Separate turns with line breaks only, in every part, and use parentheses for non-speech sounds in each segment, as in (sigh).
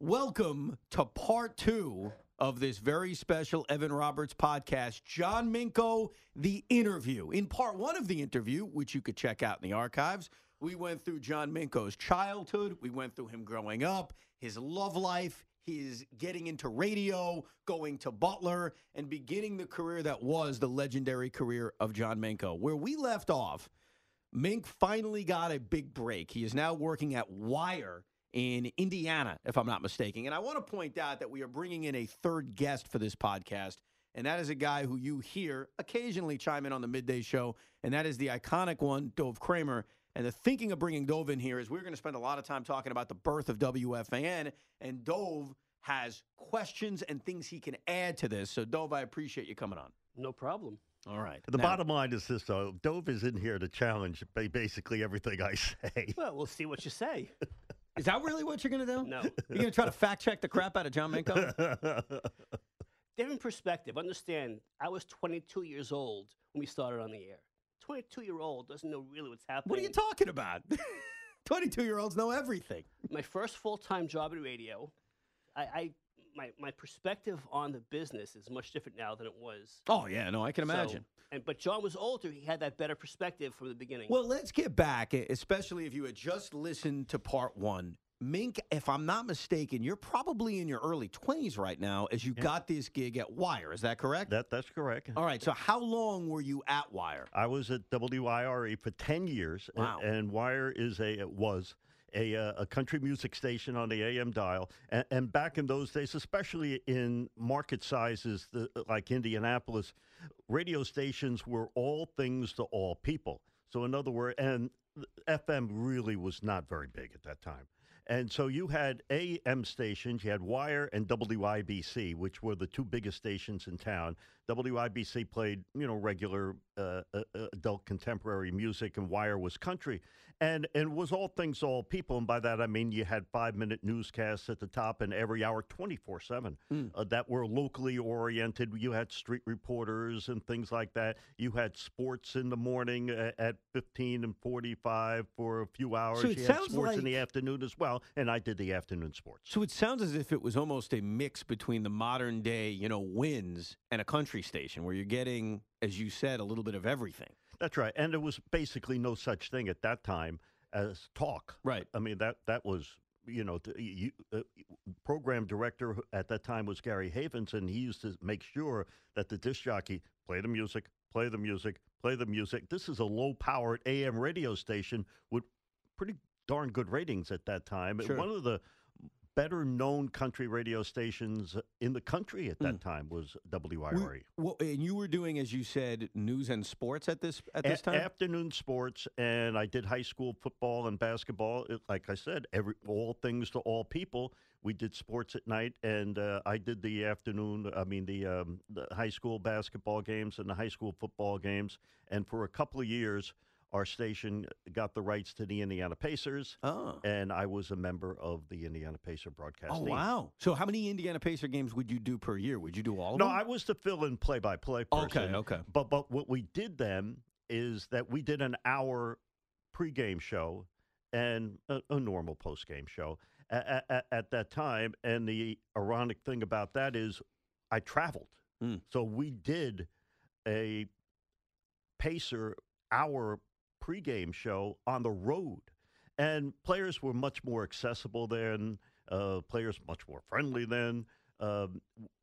Welcome to part two of this very special Evan Roberts podcast, John Minko, The Interview. In part one of the interview, which you could check out in the archives, we went through John Minko's childhood, we went through him growing up, his love life, his getting into radio, going to Butler, and beginning the career that was the legendary career of John Minko. Where we left off, Mink finally got a big break. He is now working at Wire in Indiana, if I'm not mistaken. And I want to point out that we are bringing in a third guest for this podcast, and that is a guy who you hear occasionally chime in on the midday show, and that is the iconic one, Dove Kramer. And the thinking of bringing Dove in here is we're going to spend a lot of time talking about the birth of WFAN, and Dove has questions and things he can add to this. So, Dove, I appreciate you coming on.
No problem.
All right.
The
Now-
bottom line is this, though. Dove is in here to challenge ba- basically everything I (laughs) say.
Well, we'll see what
(laughs)
you say.
Is that really what you're going to do?
No.
You're going to try to fact check the crap out of John
(laughs)
Minko?
Different perspective. Understand, I was 22 years old when we started on the air. 22 year old doesn't know really what's happening.
what are you talking about? (laughs) 22 year olds know everything.
My first full time job in radio, I, I my, my perspective on the business is much different now than it was.
Oh, yeah, no, I can
So-
imagine.
and but John was older. He had that better perspective from the beginning.
Well, let's get back, e- especially if you had just listened to part one. Mink, if I'm not mistaken, you're probably in your early 20s right now as you got this gig at Wire. Is that correct?
that that's correct.
All right. So, how long were you at Wire?
I was at WIRE for ten years, a-
Wow.
and, Wire is a it was a, uh, a country music station on the AM dial. And, and back in those days, especially in market sizes the, like Indianapolis, radio stations were all things to all people. So in other words, and FM really was not very big at that time. And so you had AM stations, you had Wire and WIBC, which were the two biggest stations in town. WIBC played, you know, regular uh, uh, uh, adult contemporary music, and Wire was country, and and was all things to all people. And by that I mean you had five minute newscasts at the top, and every hour, twenty four seven,
Hmm.
uh, that were locally oriented. You had street reporters and things like that. You had sports in the morning a- at fifteen and forty five for a few hours.
it
you had
sounds
sports in the
like-
afternoon as well, and I did the afternoon sports.
So, it sounds as if it was almost a mix between the modern day, you know, winds and a country station where you're getting, as you said, a little bit of everything.
That's right, and there was basically no such thing at that time as talk.
Right.
I mean that that was you know the you, uh, program director who- at that time was Gary Havens, and he used to make sure that the disc jockey play the music, play the music, play the music. This is a low powered AM radio station with pretty darn good ratings at that time. and
Sure.
One of the better known country radio stations in the country at that time was
Were-
WIRE.
well, and you were doing, as you said, news and sports at this at this
A-
time.
Afternoon sports, and I did high school football and basketball. It- like I said, every all things to all people. We did sports at night, and uh, I did the afternoon. I mean, the, um, the high school basketball games and the high school football games. And for a couple of years, our station got the rights to the Indiana Pacers,
oh.
and I was a member of the Indiana Pacer broadcast.
Oh
team.
wow! So how many Indiana Pacer games would you do per year? Would you do all of
No,
them?
I was the fill-in play-by-play
Okay,
person.
okay.
But but what we did then is that we did an hour pregame show and a, a normal postgame show at, at, at that time. And the ironic thing about that is, I traveled,
Mm.
so we did a pacer hour pregame show on the road, and players were much more accessible then. Uh, players much more friendly then. Um,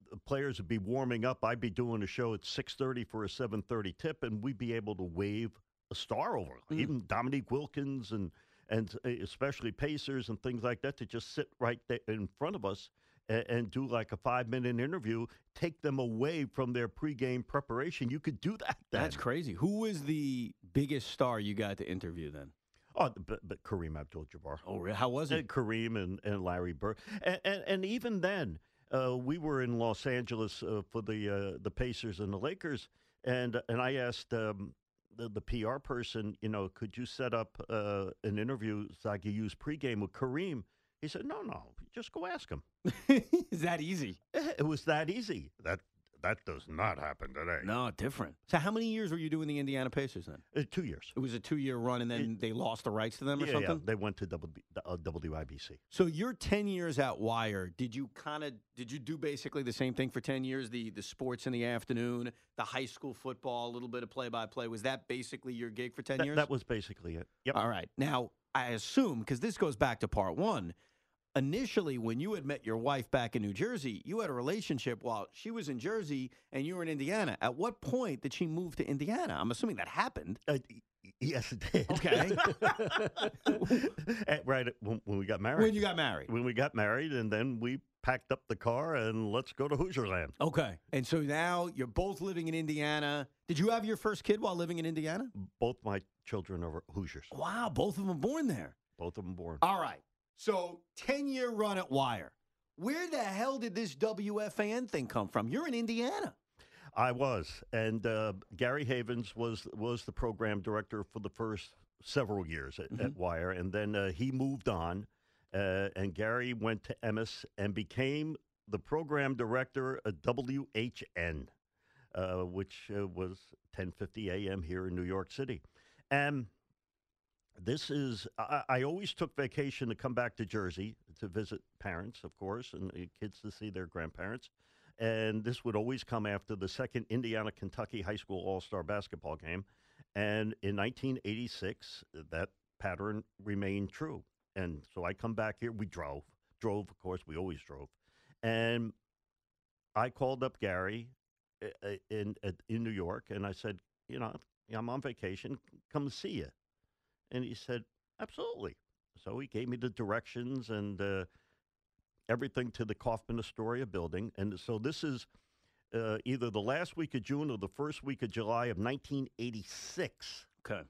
the players would be warming up. I'd be doing a show at 6:30 for a 7:30 tip, and we'd be able to wave a star over, even Dominique Wilkins and and uh, especially Pacers and things like that, to just sit right there in front of us and, and do like a five minute interview, take them away from their pregame preparation. You could do that. Then.
That's crazy. Who was the biggest star you got to interview then?
Oh, but, but Kareem Abdul-Jabbar.
Oh, really? How was
And
it?
Kareem and, and Larry Bird. And, and, and even then, uh, we were in Los Angeles uh, for the uh, the Pacers and the Lakers, and uh, and I asked um, the, the PR person, you know, could you set up uh, an interview so I could use pregame with Kareem? He said, no, no, just go ask him.
Is that (laughs) easy?
Eh, It was that easy. That that does not happen today.
No, different. So how many years were you doing the Indiana Pacers then?
Uh, two years.
It was a two-year run, and then they lost the rights to them or
yeah,
something.
yeah, they went to w, uh, WIBC.
So you're 10 years at Wire. Did you kind of did you do basically the same thing for 10 years? The the sports in the afternoon, the high school football, a little bit of play by play. Was that basically your gig for 10
That,
years?
that was basically it. Yep.
All right. Now, I assume cuz this goes back to part 1. Initially, when you had met your wife back in New Jersey, you had a relationship while she was in Jersey and you were in Indiana. At what point did she move to Indiana? I'm assuming that happened.
Uh, y- y- yes, it did.
Okay.
At- (laughs) right at- when, when we got married.
When you got married.
When we got married, and then we packed up the car and let's go to Hoosierland.
Okay. And so now you're both living in Indiana. Did you have your first kid while living in Indiana?
Both my children are Hoosiers.
Wow, both of them born there.
Both of them born.
All right. So 10 year run at Wire. Where the hell did this WFAN thing come from? You're in Indiana.
I was, and uh, Gary Havens was was the program director for the first several years at, at Wire, and then uh, he moved on, uh, and Gary went to Emmis and became the program director at WHN, uh, which uh, was 10:50 a.m. here in New York City, and this is I, I always took vacation to come back to Jersey to visit parents, of course, and uh, kids to see their grandparents. And this would always come after the second Indiana Kentucky High School All Star basketball game. And in 1986, that pattern remained true. And so I come back here. We drove, drove, of course, we always drove. And I called up Gary uh, uh, in, at- in New York and I said, you know, I'm on vacation. Come see you. And he said, Absolutely. So he gave me the directions and uh, everything to the Kaufman Astoria building. And so this is uh, either the last week of June or the first week of July of 1986.
Okay.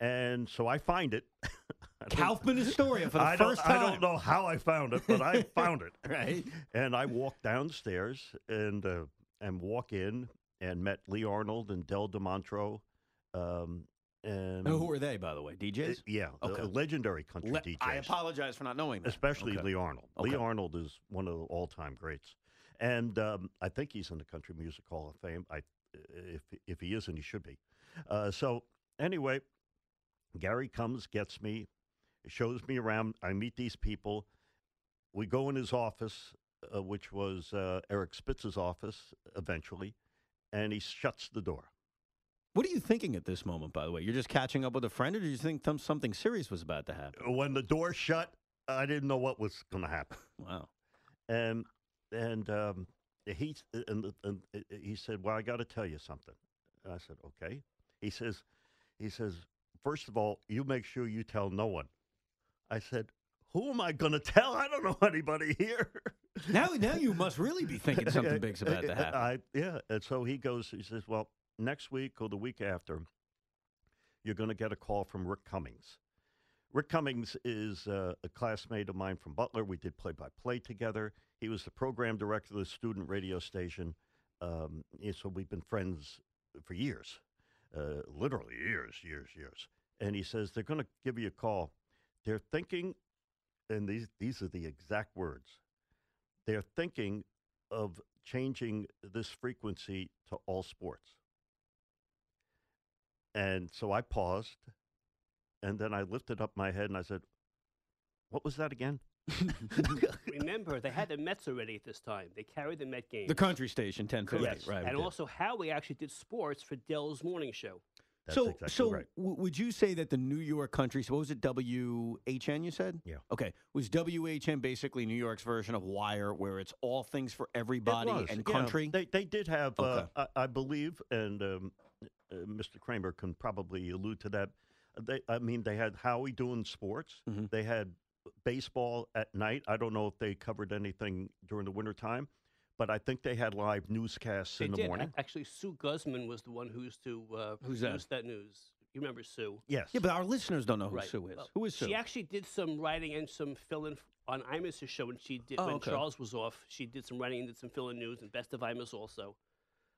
And so I find it. (laughs) I don't-
Kaufman Astoria for the
I
first
don't,
time.
I don't know how I found it,
(laughs)
but I found it.
Right.
And I walked downstairs and uh, and walk in and met Lee Arnold and Del DeMontro. Um, and
Oh, who are they, by the way?
uh,
DJs?
yeah, the
Okay.
legendary country
Le-
DJs.
I apologize for not knowing that.
Especially
Okay.
Lee Arnold. Lee
Okay.
Arnold is one of the all-time greats, and um, I think he's in the Country Music Hall of Fame. I, if if he isn't, he should be. Uh, so anyway, Gary comes, gets me, shows me around. I meet these people. We go in his office, uh, which was uh, Eric Spitz's office eventually, and he shuts the door.
What are you thinking at this moment, by the way? You're just catching up with a friend, or do you think th- something serious was about to happen?
When the door shut, I didn't know what was going to happen.
Wow.
and and um, he s- and, the- and uh, he said, "Well, I got to tell you something." And I said, "Okay." He says, "He says, first of all, you make sure you tell no one." I said, "Who am I going to tell? I don't know (laughs) anybody here."
Now, now you must really be thinking
(laughs)
something
Uh,
big's
uh,
about to
uh, (laughs)
happen.
I, yeah, and so he goes. He says, "Well, next week or the week after, you're going to get a call from Rick Cummings." Rick Cummings is uh, a classmate of mine from Butler. We did play-by-play together. He was the program director of the student radio station, um, and so we've been friends for years, uh, literally years, years, years. And he says they're going to give you a call. They're thinking, and these these are the exact words. They're thinking of changing this frequency to all sports. And so I paused and then I lifted up my head and I said, What was that again?
(laughs) Remember, they had the Mets already at this time. They carried the Met game.
The country station, 1050.
Correct.
Right. we
and
did.
also, Howie actually did sports for Dell's morning show.
That's
so,
exactly
so
right.
w- would you say that the New York country, so what was it, WHN? You said,
Yeah.
Okay, was WHN basically New York's version of Wire, where it's all things for
It
everybody
was,
and
yeah.
country?
They they did have,
Okay.
uh, I, I believe, and um, uh, Mr. Kramer can probably allude to that. They, I mean, they had Howie doing sports.
Mhm.
They had baseball at night. I don't know if they covered anything during the wintertime, but I think they had live newscasts
They
in the
did. A-
morning.
Actually, Sue Guzman was the one who used to uh,
Who's that?
produce that news. You remember Sue?
yes.
yeah, but our listeners don't know who
Right.
Sue is.
Well,
who is Sue?
She actually did some writing and some fill-in f- on Imus's show, and she did
Oh,
when
okay.
Charles was off. She did some writing and did some fill-in news and Best of Imus also.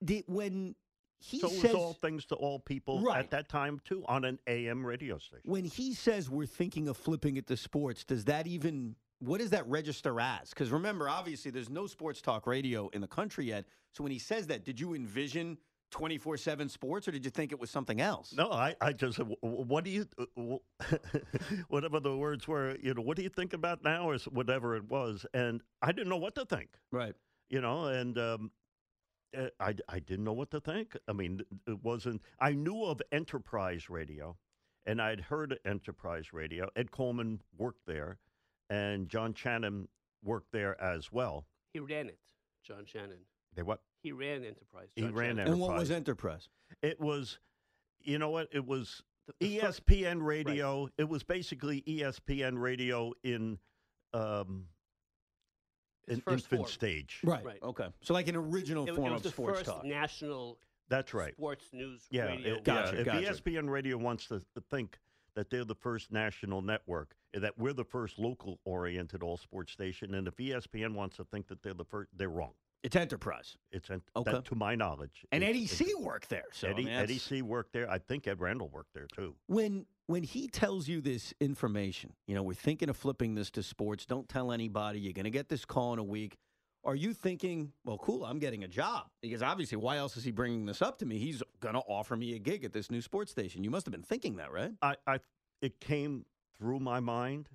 Did- when he
so it
says
was all things to all people
Right.
at that time too on an AM radio station.
when he says we're thinking of flipping it to sports, does that even what does that register as? Because remember, obviously, there's no sports talk radio in the country yet. So when he says that, did you envision 24 7 sports or did you think it was something else?
No, I, I just said, "Wh- wh- what do you, uh, wh- (laughs) whatever the words were, you know, what do you think about now or whatever it was? And I didn't know what to think,
Right.
you know, and um, uh, I, d- I didn't know what to think. I mean, th- it wasn't, I knew of Enterprise Radio and I'd heard of Enterprise Radio. Ed Coleman worked there and John Channon worked there as well.
He ran it, John Shannon.
They what?
He ran Enterprise.
He
John
ran
Shannon.
Enterprise.
And what was Enterprise?
It was, you know what? It was
The- the fir-
ESPN radio. It was basically E ESPN radio in um,
his
an
first
infant
form.
stage.
Right.
Okay. So like an original
It, w- it
form
was
of
the
sports
first
talk.
national
That's right.
sports news
Yeah.
radio.
it-
Gotcha,
yeah, If E
gotcha.
ESPN radio wants to, to think that they're the first national network, and that we're the first local oriented all sports station, and if E ESPN wants to think that they're the first, they're wrong.
it's Enterprise.
It's an,
Okay.
that, to my knowledge.
And
it's-
Eddie
it's-
C worked there. So I
Eddie,
mean,
Eddie
that's-
C worked there. I think Ed Randall worked there too.
When when he tells you this information, you know, we're thinking of flipping this to sports. Don't tell anybody. You're going to get this call in a week. Are you thinking, well, cool, I'm getting a job? Because obviously, why else is he bringing this up to me? He's going to offer me a gig at this new sports station. You must have been thinking that, right?
I, I it came through my mind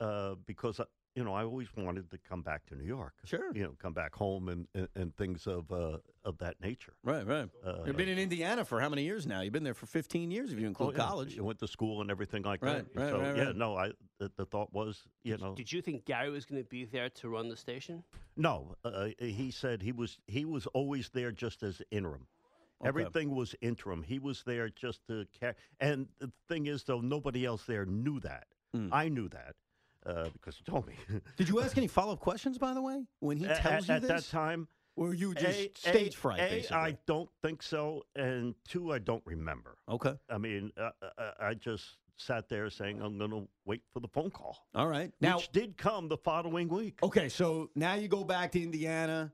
uh, because uh, you know I always wanted to come back to New York.
Sure.
you know, come back home and and, and things of uh, of that nature.
Right, right.
Uh,
You've been in Indiana for how many years now? You've been there for 15 years if you
oh,
include
yeah,
college.
you went to school and everything like
Right,
that.
right,
so
right,
yeah,
right.
no, I the, the thought was you know
Did you think Gary was going to be there to run the station?
no. Uh, he said he was he was always there just as interim.
Okay.
Everything was interim. He was there just to care. And the thing is, though, nobody else there knew that.
Mm.
I knew that uh, because he told me. (laughs)
Did you ask any follow up questions, by the way, when he
A-
tells
at,
you
at
this?
that time.
or you just
A- A-
stage fright,
A,
basically?
I don't think so, and two, I don't remember.
okay.
I mean, uh, uh, I just sat there saying I'm going to wait for the phone call,
All right. Now, Oh.
which did come the following week.
Okay, so now you go back to Indiana,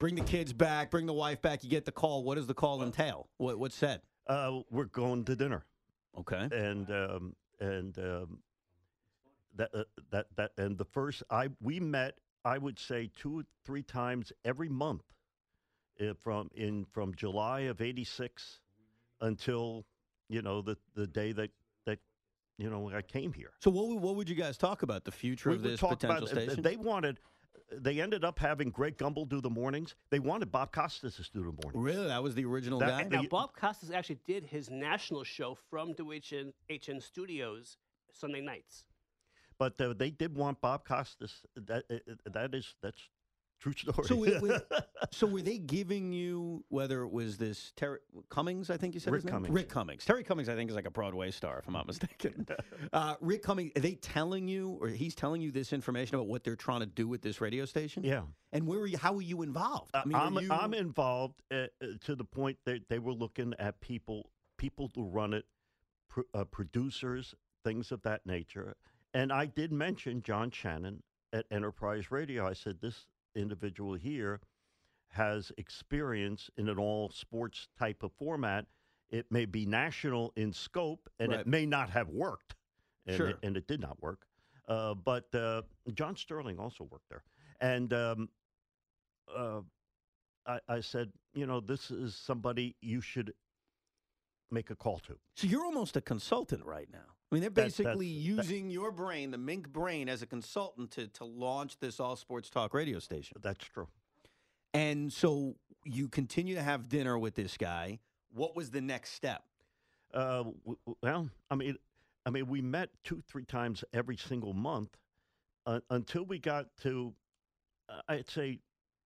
bring the kids back, bring the wife back. You get the call. What does the call entail? What what's said?
Uh, we're going to dinner,
Okay.
and um, and um, that uh, that that and the first I we met, I would say two or three times every month, uh, from in from July of '86 until you know the the day that that you know I came here.
So what would, what would you guys talk about? The future of
would
this
talk
potential
about- uh,
station?
They wanted. They ended up having Greg Gumbel do the mornings. They wanted Bob Costas to do the mornings.
really, that was the original
That-
guy.
Now,
(laughs) you-
Bob Costas actually did his national show from WHN HN Studios Sunday nights.
But uh, they did want Bob Costas. That uh, uh, that is that's true story.
So it was- so were they giving you whether it was this Terry Cummings? I think you said
Rick
his name?
Cummings.
Rick Cummings. Terry Cummings, I think, is like a Broadway star, if I'm not
(laughs)
mistaken. uh, Rick Cummings. Are they telling you, or he's telling you this information about what they're trying to do with this radio station?
(laughs) yeah,
And where were you? How were you involved?
I
were
am
you-
I'm involved uh, uh, to the point that they were looking at people people to run it, pr- uh, producers, things of that nature. And I did mention John Shannon at Enterprise Radio. I said this individual here has experience in an all sports type of format. It may be national in scope, and
Right.
it may not have worked, and,
Sure.
it, and it did not work. Uh, but uh, John Sterling also worked there, and um, uh, I, I said, you know, this is somebody you should make a call to.
So you're almost a consultant right now. I mean, they're
That- that's-
basically
that-
using your brain, the Mink brain, as a consultant to to launch this all sports talk radio station.
That's true.
And so you continue to have dinner with this guy. What was the next step?
Uh, w- w- well, I mean, I mean, we met two, three times every single month uh, until we got to, uh, I'd say,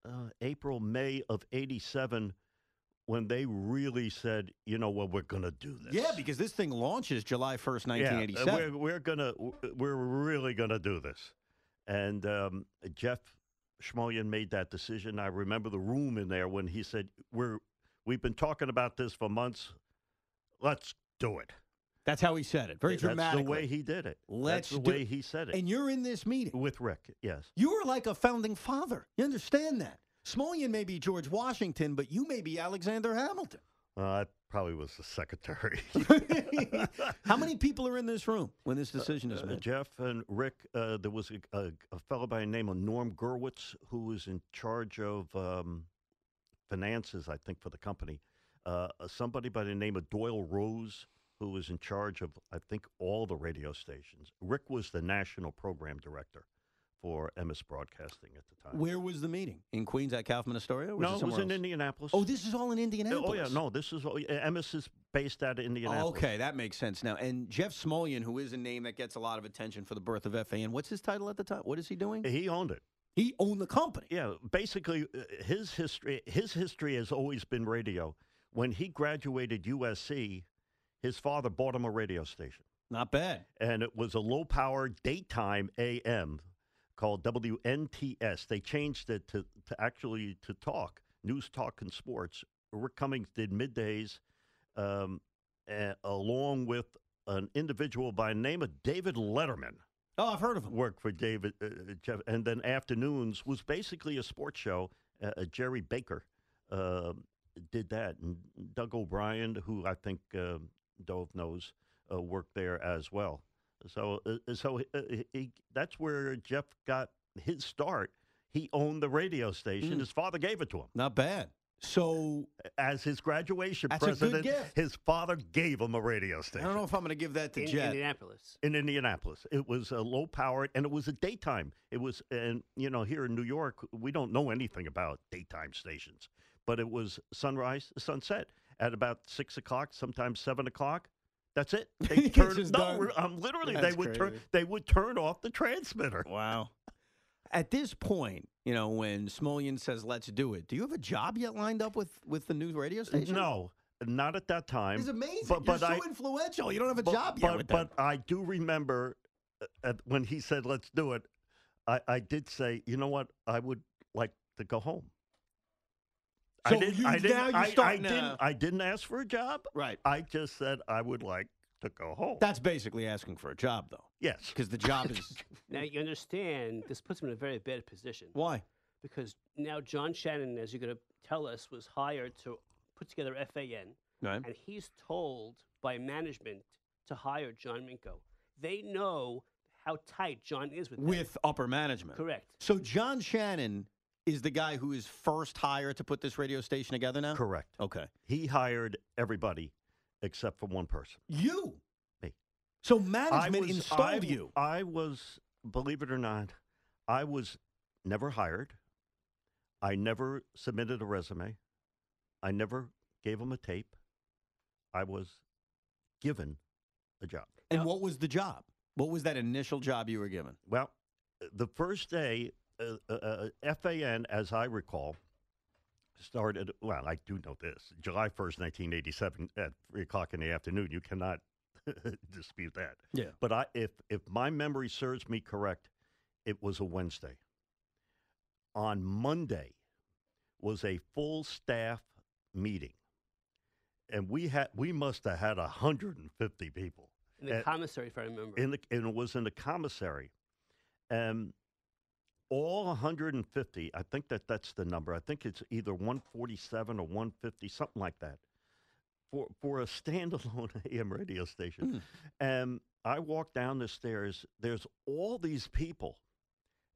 uh, April, May of '87, when they really said, you know what, we're going to do this.
Yeah, because this thing launches July 1st,
Yeah, uh,
1987.
we're, we're gonna, w- we're really gonna do this. And um, Jeff Schmoyan made that decision. I remember the room in there when he said, "We're, we've been talking about this for months. Let's do it."
That's how he said it. Very
That's
dramatic.
the way he did it.
Let's
That's the
do
way
it.
he said it.
And you're in this meeting.
with Rick, yes.
You were like a founding father. You understand that? Smolian may be George Washington, but you may be Alexander Hamilton.
Uh, I probably was
(laughs)
the secretary. (laughs)
How many people are in this room when this decision is
Uh,
made?
Jeff and Rick, uh, there was a, a, a fellow by the name of Norm Gerwitz who was in charge of um, finances, I think, for the company. Uh, uh, somebody by the name of Doyle Rose who was in charge of, I think, all the radio stations. Rick was the national program director for MS Broadcasting at the time.
Where was the meeting? In Queens at Kaufman Astoria?
uh, no, it was
somewhere
in
else?
Indianapolis.
Oh, this is all in Indianapolis. Oh,
Oh, yeah, no, this is, all- uh, MS is based out of Indianapolis.
okay, that makes sense now. And Jeff Smolian, who is a name that gets a lot of attention for the birth of FAN, what's his title at the time? What is he doing?
He owned it.
He owned the company.
Yeah, basically, uh, his history his history has always been radio. When he graduated USC, his father bought him a radio station,
Not bad.
and it was a low power daytime AM called WNTS. They changed it to, to actually to talk news, talk, and sports. Rick Cummings did middays, um, a- along with an individual by the name of David Letterman
Oh, I've heard of him.
worked for David uh, uh, Jeff, and then afternoons was basically a sports show. Uh, uh, Jerry Baker uh, did that, and Doug O'Brien, who I think uh, Dove knows, uh, worked there as well. So, uh, uh, so uh, he, he, that's where Jeff got his start. He owned the radio
Hmm.
station. His father gave it to him
Not bad. So
as his graduation
That's a good
president.
gift.
His father gave him a radio
I
station.
don't know if I'm going to give that to
in
Jeff.
Indianapolis.
in Indianapolis. It was a low powered, and it was a daytime. It was, and you know, here in New York, we don't know anything about daytime stations, but it was sunrise, sunset at about six o'clock, sometimes seven o'clock. That's
(laughs)
it. They
It's
turn.
just
no,
done.
we're- I'm literally.
That's
they would turn.
crazy.
They would turn off the transmitter.
Wow. At this point, you know, when Smolian says, let's do it, do you have a job yet lined up with, with the new radio station?
No, not at that time.
It's amazing.
But, but
You're so
I,
influential. You don't have a
but,
job
but,
yet with them.
but I do remember uh, at, when he said, "Let's do it." I, I did say, "You know what? I would like to go home." I
So
didn't.
you-
I didn't.
now you're
I, I
starting
didn't.
to-
I didn't ask for a job.
Right.
I just said I would like to go home.
That's basically asking for a job, though,
yes.
because the job
(laughs)
is.
Now you understand this puts him in a very bad position
Why?
because now John Shannon, as you're going to tell us, was hired to put together FAN,
Right.
and he's told by management to hire John Minko. They know how tight John is with them.
With upper management.
correct.
So John Shannon is the guy who is first hired to put this radio station together now?
Correct.
Okay.
He hired everybody except for one person.
You.
Me.
So management installed
I, w-
you.
I was, believe it or not, I was never hired. I never submitted a resume. I never gave them a tape. I was given a job.
and what was the job? What was that initial job you were given?
Well, the first day, uh, uh, uh, FAN, as I recall, started. Well, I do know this: July first, nineteen eighty-seven, at three o'clock in the afternoon. You cannot (laughs) dispute that.
Yeah.
But I, if if my memory serves me correct, it was a Wednesday. On Monday was a full staff meeting, and we had we must have had hundred and fifty people
In the
Uh,
commissary, if I remember.
in the and it was in the commissary. Um, all 150, I think that that's the number. I think it's either 147 or 150, something like that, for for a standalone (laughs) AM radio station. Um, I walked down the stairs. There's all these people,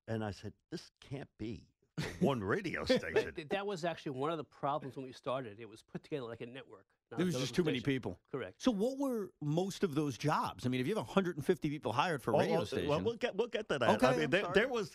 and I said, "This can't be for one radio station."
But th- that was actually one of the problems when we started. It was put together like a network. not
There
a
was
local
just too many
station.
people.
Correct.
So what were most of those jobs? I mean, if you have 150 people hired for
Oh,
radio
oh,
station,
Well, we'll get we'll get to that.
Okay,
I mean,
I'm
there,
sorry.
(laughs) there was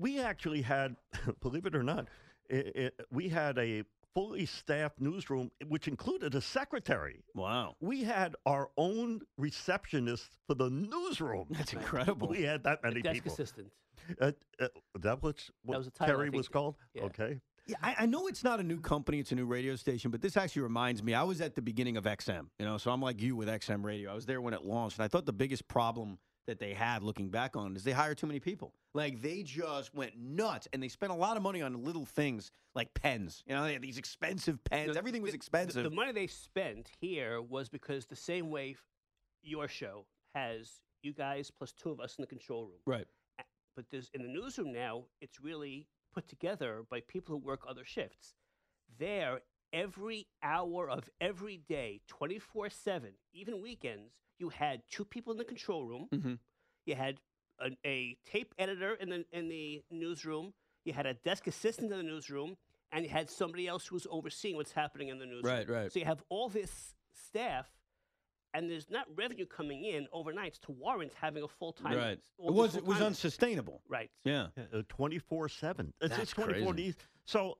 we actually had, believe it or not, i i we had a fully staffed newsroom, which included a secretary.
Wow.
We had our own receptionist for the newsroom.
That's incredible.
We had that many
Desk
people.
assistant.
Uh, uh, that was what
was the title, I
Terry
think.
was called.
Yeah.
Okay.
Yeah, I, I know it's not a new company; it's a new radio station. But this actually reminds me. I was at the beginning of XM, you know, so I'm like you with XM radio. I was there when it launched, and I thought the biggest problem that they had, looking back on, it, is they hired too many people. Like they just went nuts, and they spent a lot of money on little things like pens. You know, they had these expensive pens.
The-
Everything was
the-
expensive.
The, the money they spent here was because the same way f- your show has you guys plus two of us in the control room.
right.
But there's in the newsroom now, it's really put together by people who work other shifts. There, every hour of every day, 24 7, even weekends, you had two people in the control room.
Mhm.
You had an, a tape editor in the, in the newsroom. You had a desk assistant in the newsroom. And you had somebody else who was overseeing what's happening in the newsroom.
Right, right.
So you have all this staff, and there's not revenue coming in overnight to warrant having a full time.
Right. It was it was unsustainable.
Right.
Yeah.
Twenty four Uh, seven. It's
That's
it's twenty four
crazy.
days. So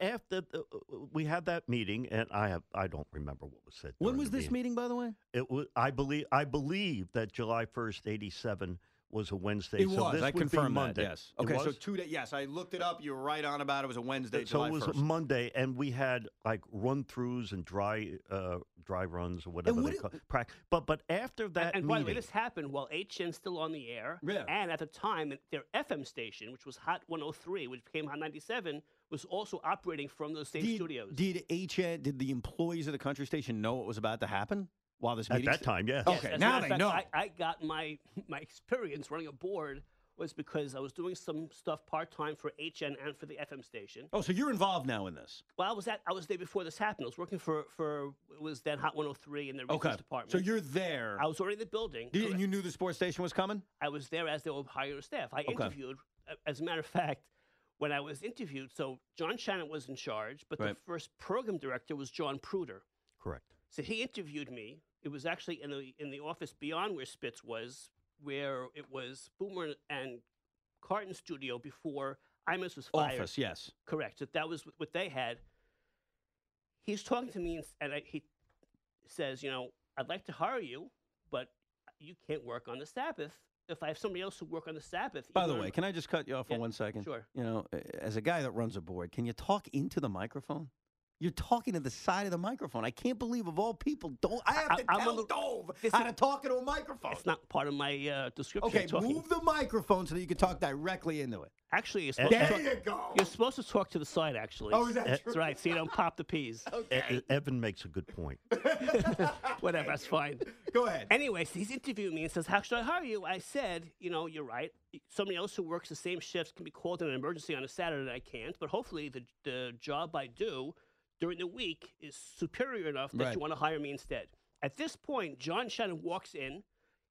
after the, uh, we had that meeting, and I have I don't remember what was said.
When
during
was
the
this meeting,
meeting.
by the way?
It was I believe I believe that July first, eighty seven was a Wednesday.
It
so
was.
This
I
would be
confirmed
Monday.
that. Yes.
It
Okay. So
was?
two days. Yes, I looked it up. You were right on about it. It was a Wednesday,
so
July
it was
1st.
Monday, and we had like run throughs and dry uh, dry runs or whatever
what
they
it-
call prac- But but after
And-
that
and by the way,
meeting,
this happened while HN's still on the air.
Uh, Yeah.
And at the time, their FM station, which was Hot 103, which became Hot 97, was also operating from those same
did,
studios.
Did HN, did the employees of the country station know what was about to happen while this
at
meeting?
that time, yes.
Okay,
As a
now
matter of
they know.
fact, I, I got my (laughs) my experience running a board was because I was doing some stuff part time for HN and for the FM station.
Oh, so you're involved now in this?
Well, I was at I was there before this happened. I was working for for it was then Hot 103 in their research department.
So you're there.
I was already in the building.
Did-
correct.
and you knew the sports station was coming?
I was there as they were hiring staff. I interviewed, a- as a matter of fact, when I was interviewed, so John Shannon was in charge, but
Right.
the first program director was John Pruder.
Correct.
So he interviewed me. It was actually in the in the office beyond where Spitz was, where it was Boomer and Carton Studio before Imus was fired.
Office, yes.
Correct. So that was what they had. He's talking to me, and, s- and I, he says, "You know, I'd like to hire you, but you can't work on the Sabbath. If I have somebody else who work on the Sabbath."
By the
even
way,
on-
can I just cut you off for
Yeah,
one second?
sure.
You know, a- as a guy that runs a board, can you talk into the microphone? You're talking to the side of the microphone. I can't believe of all people don't. I have
I-
to
I'm a
tell
little-
Dove
this
how to
is-
talk into a microphone.
it's not part of my uh, description.
okay,
talking.
move the microphone so that you can talk directly into it.
Actually, you're supposed, to
There
talk,
you go.
you're supposed to talk to the side. Actually,
eh, Oh, is that
that's
true?
right. So you don't pop the
(laughs)
peas.
E- e- Evan makes a good point.
Whatever, that's fine.
Go ahead.
Anyways, he's interviewing me and says, How should I hire you? I said, You know, you're right. Somebody else who works the same shifts can be called in an emergency on a Saturday and I can't, but hopefully the, the job I do during the week is superior enough that
Right.
you want to hire me instead. At this point, John Shannon walks in,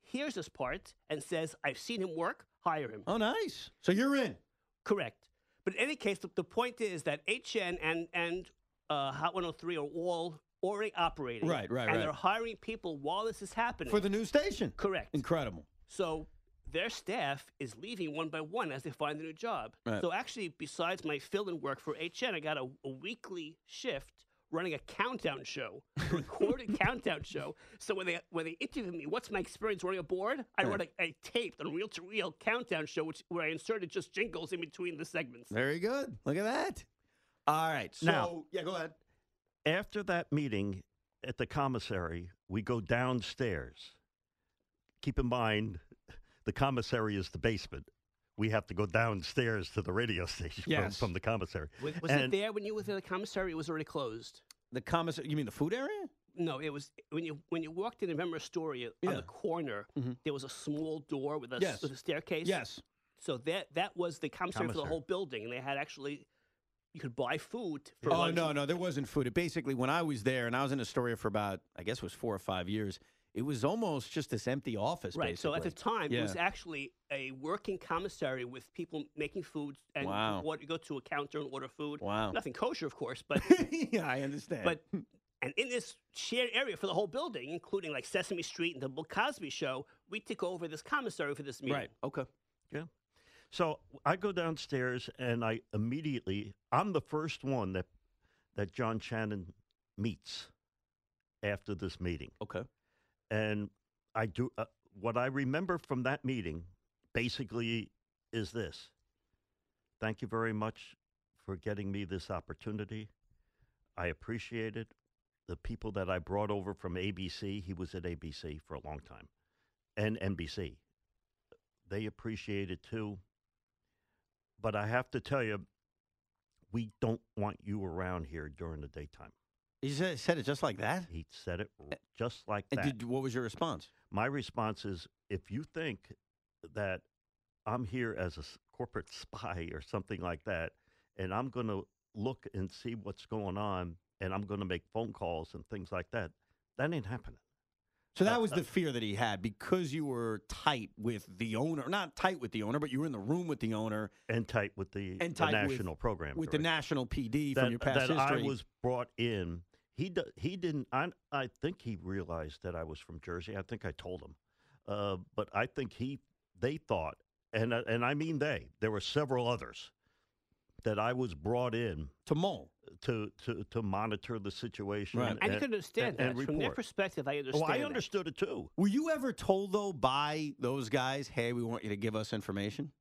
hears this part, and says, I've seen him work, hire him.
Oh, nice. So you're in.
Correct. But in any case, the, the point is that HN and and uh, Hot 103 are all already operating.
Right, right,
And
right.
they're hiring people while this is happening.
For the new station.
Correct.
Incredible.
So their staff is leaving one by one as they find a new job.
Right.
So actually, besides my fill-in work for HN, I got a, a weekly shift running a countdown show,
(laughs)
a recorded countdown show. So when they when they interviewed me, what's my experience running a board? I run a, a taped, a reel-to-reel countdown show, which where I inserted just jingles in between the segments.
Very good. Look at that. All right. So,
Now-
yeah, go ahead.
After that meeting at the commissary, we go downstairs. Keep in mind, the commissary is the basement. We have to go downstairs to the radio (laughs) station from-
Yes.
from, the commissary.
Was, was it
And-
there when you were there? The commissary it was already closed.
The commissary, you mean the food area?
No, it was when you when you walked in. Remember Astoria on
Yeah. Mm-hmm.
the corner? There was a small door with a, s-
Yes.
with a staircase.
Yes.
So that that was the commissary for the
Commissary.
whole building, and they had actually you could buy food. For
Oh,
lunch.
no, no, there wasn't food. It basically, when I was there and I was in Astoria for about, I guess it was four or five years, it was almost just this empty office.
Right. So at the
basically.
time, it was
Yeah.
actually a working commissary with people making food and you
Wow.
order- go to a counter and order food.
Wow.
Nothing kosher, of course, but
(laughs) yeah, I understand.
but and in this shared area for the whole building, including like Sesame Street and the Bill Cosby Show, we took over this commissary for this meeting.
right. Okay.
So I go downstairs and I immediately I'm the first one that that John Shannon meets after this meeting.
Okay.
And I do uh, what I remember from that meeting basically is this. Thank you very much for getting me this opportunity. I appreciate it. The people that I brought over from ABC, he was at ABC for a long time, and NBC. They appreciate it too. But I have to tell you, we don't want you around here during the daytime.
He said, said it just like that.
He said it r- just like
And
that
uh, did, what was your response?
my response is if you think that I'm here as a s- corporate (laughs) spy or something like that, and I'm going to look and see what's going on, and I'm going to make phone calls and things like that, that ain't happening.
So that was the fear that he had because you were tight with the owner, not tight with the owner, but you were in the room with the owner
And tight with the,
and
the
tight with-
national program.
with the
director.
national PD
that,
from your past
that
history.
I was brought in. He do, he didn't. I I think he realized that I was from Jersey. I think I told him, uh, but I think he they thought, and I- and I mean they. There were several others that I was brought in
to Mole.
to to to monitor the situation.
Right.
And you can understand
and- and
that. From their
report.
perspective, I
Oh,
understand.
I
that.
understood it too.
Were you ever told though by those guys, "Hey, we want you to give us information"?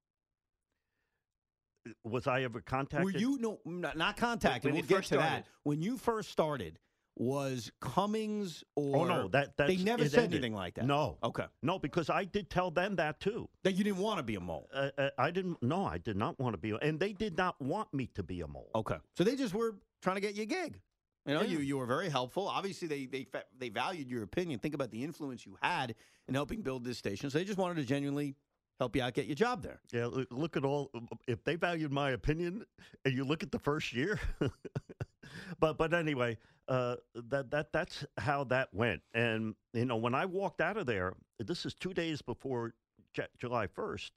Was I ever contacted?
Were you no not, not contacted?
When
We'll
you
get
first
to that.
started.
When you first started, was Cummings or
Oh no, that that's,
they never
it
said
ended.
anything like that. Oh.
No,
Okay.
no, because I did tell them that too.
That you didn't want to be a mole.
Uh, uh, I didn't. No, I did not want to be, and they did not want me to be a mole.
Okay. So they just were trying to get you a gig. You know, you,
Yeah.
you were very helpful. Obviously, they, they fa- they valued your opinion. Think about the influence you had in helping build this station. So they just wanted to genuinely help you out, get your job there.
Yeah, loo- look at all. If they valued my opinion, and you look at the first year, (laughs) but but anyway, uh, that that that's how that went. And you know, when I walked out of there, this is two days before Ju- July first.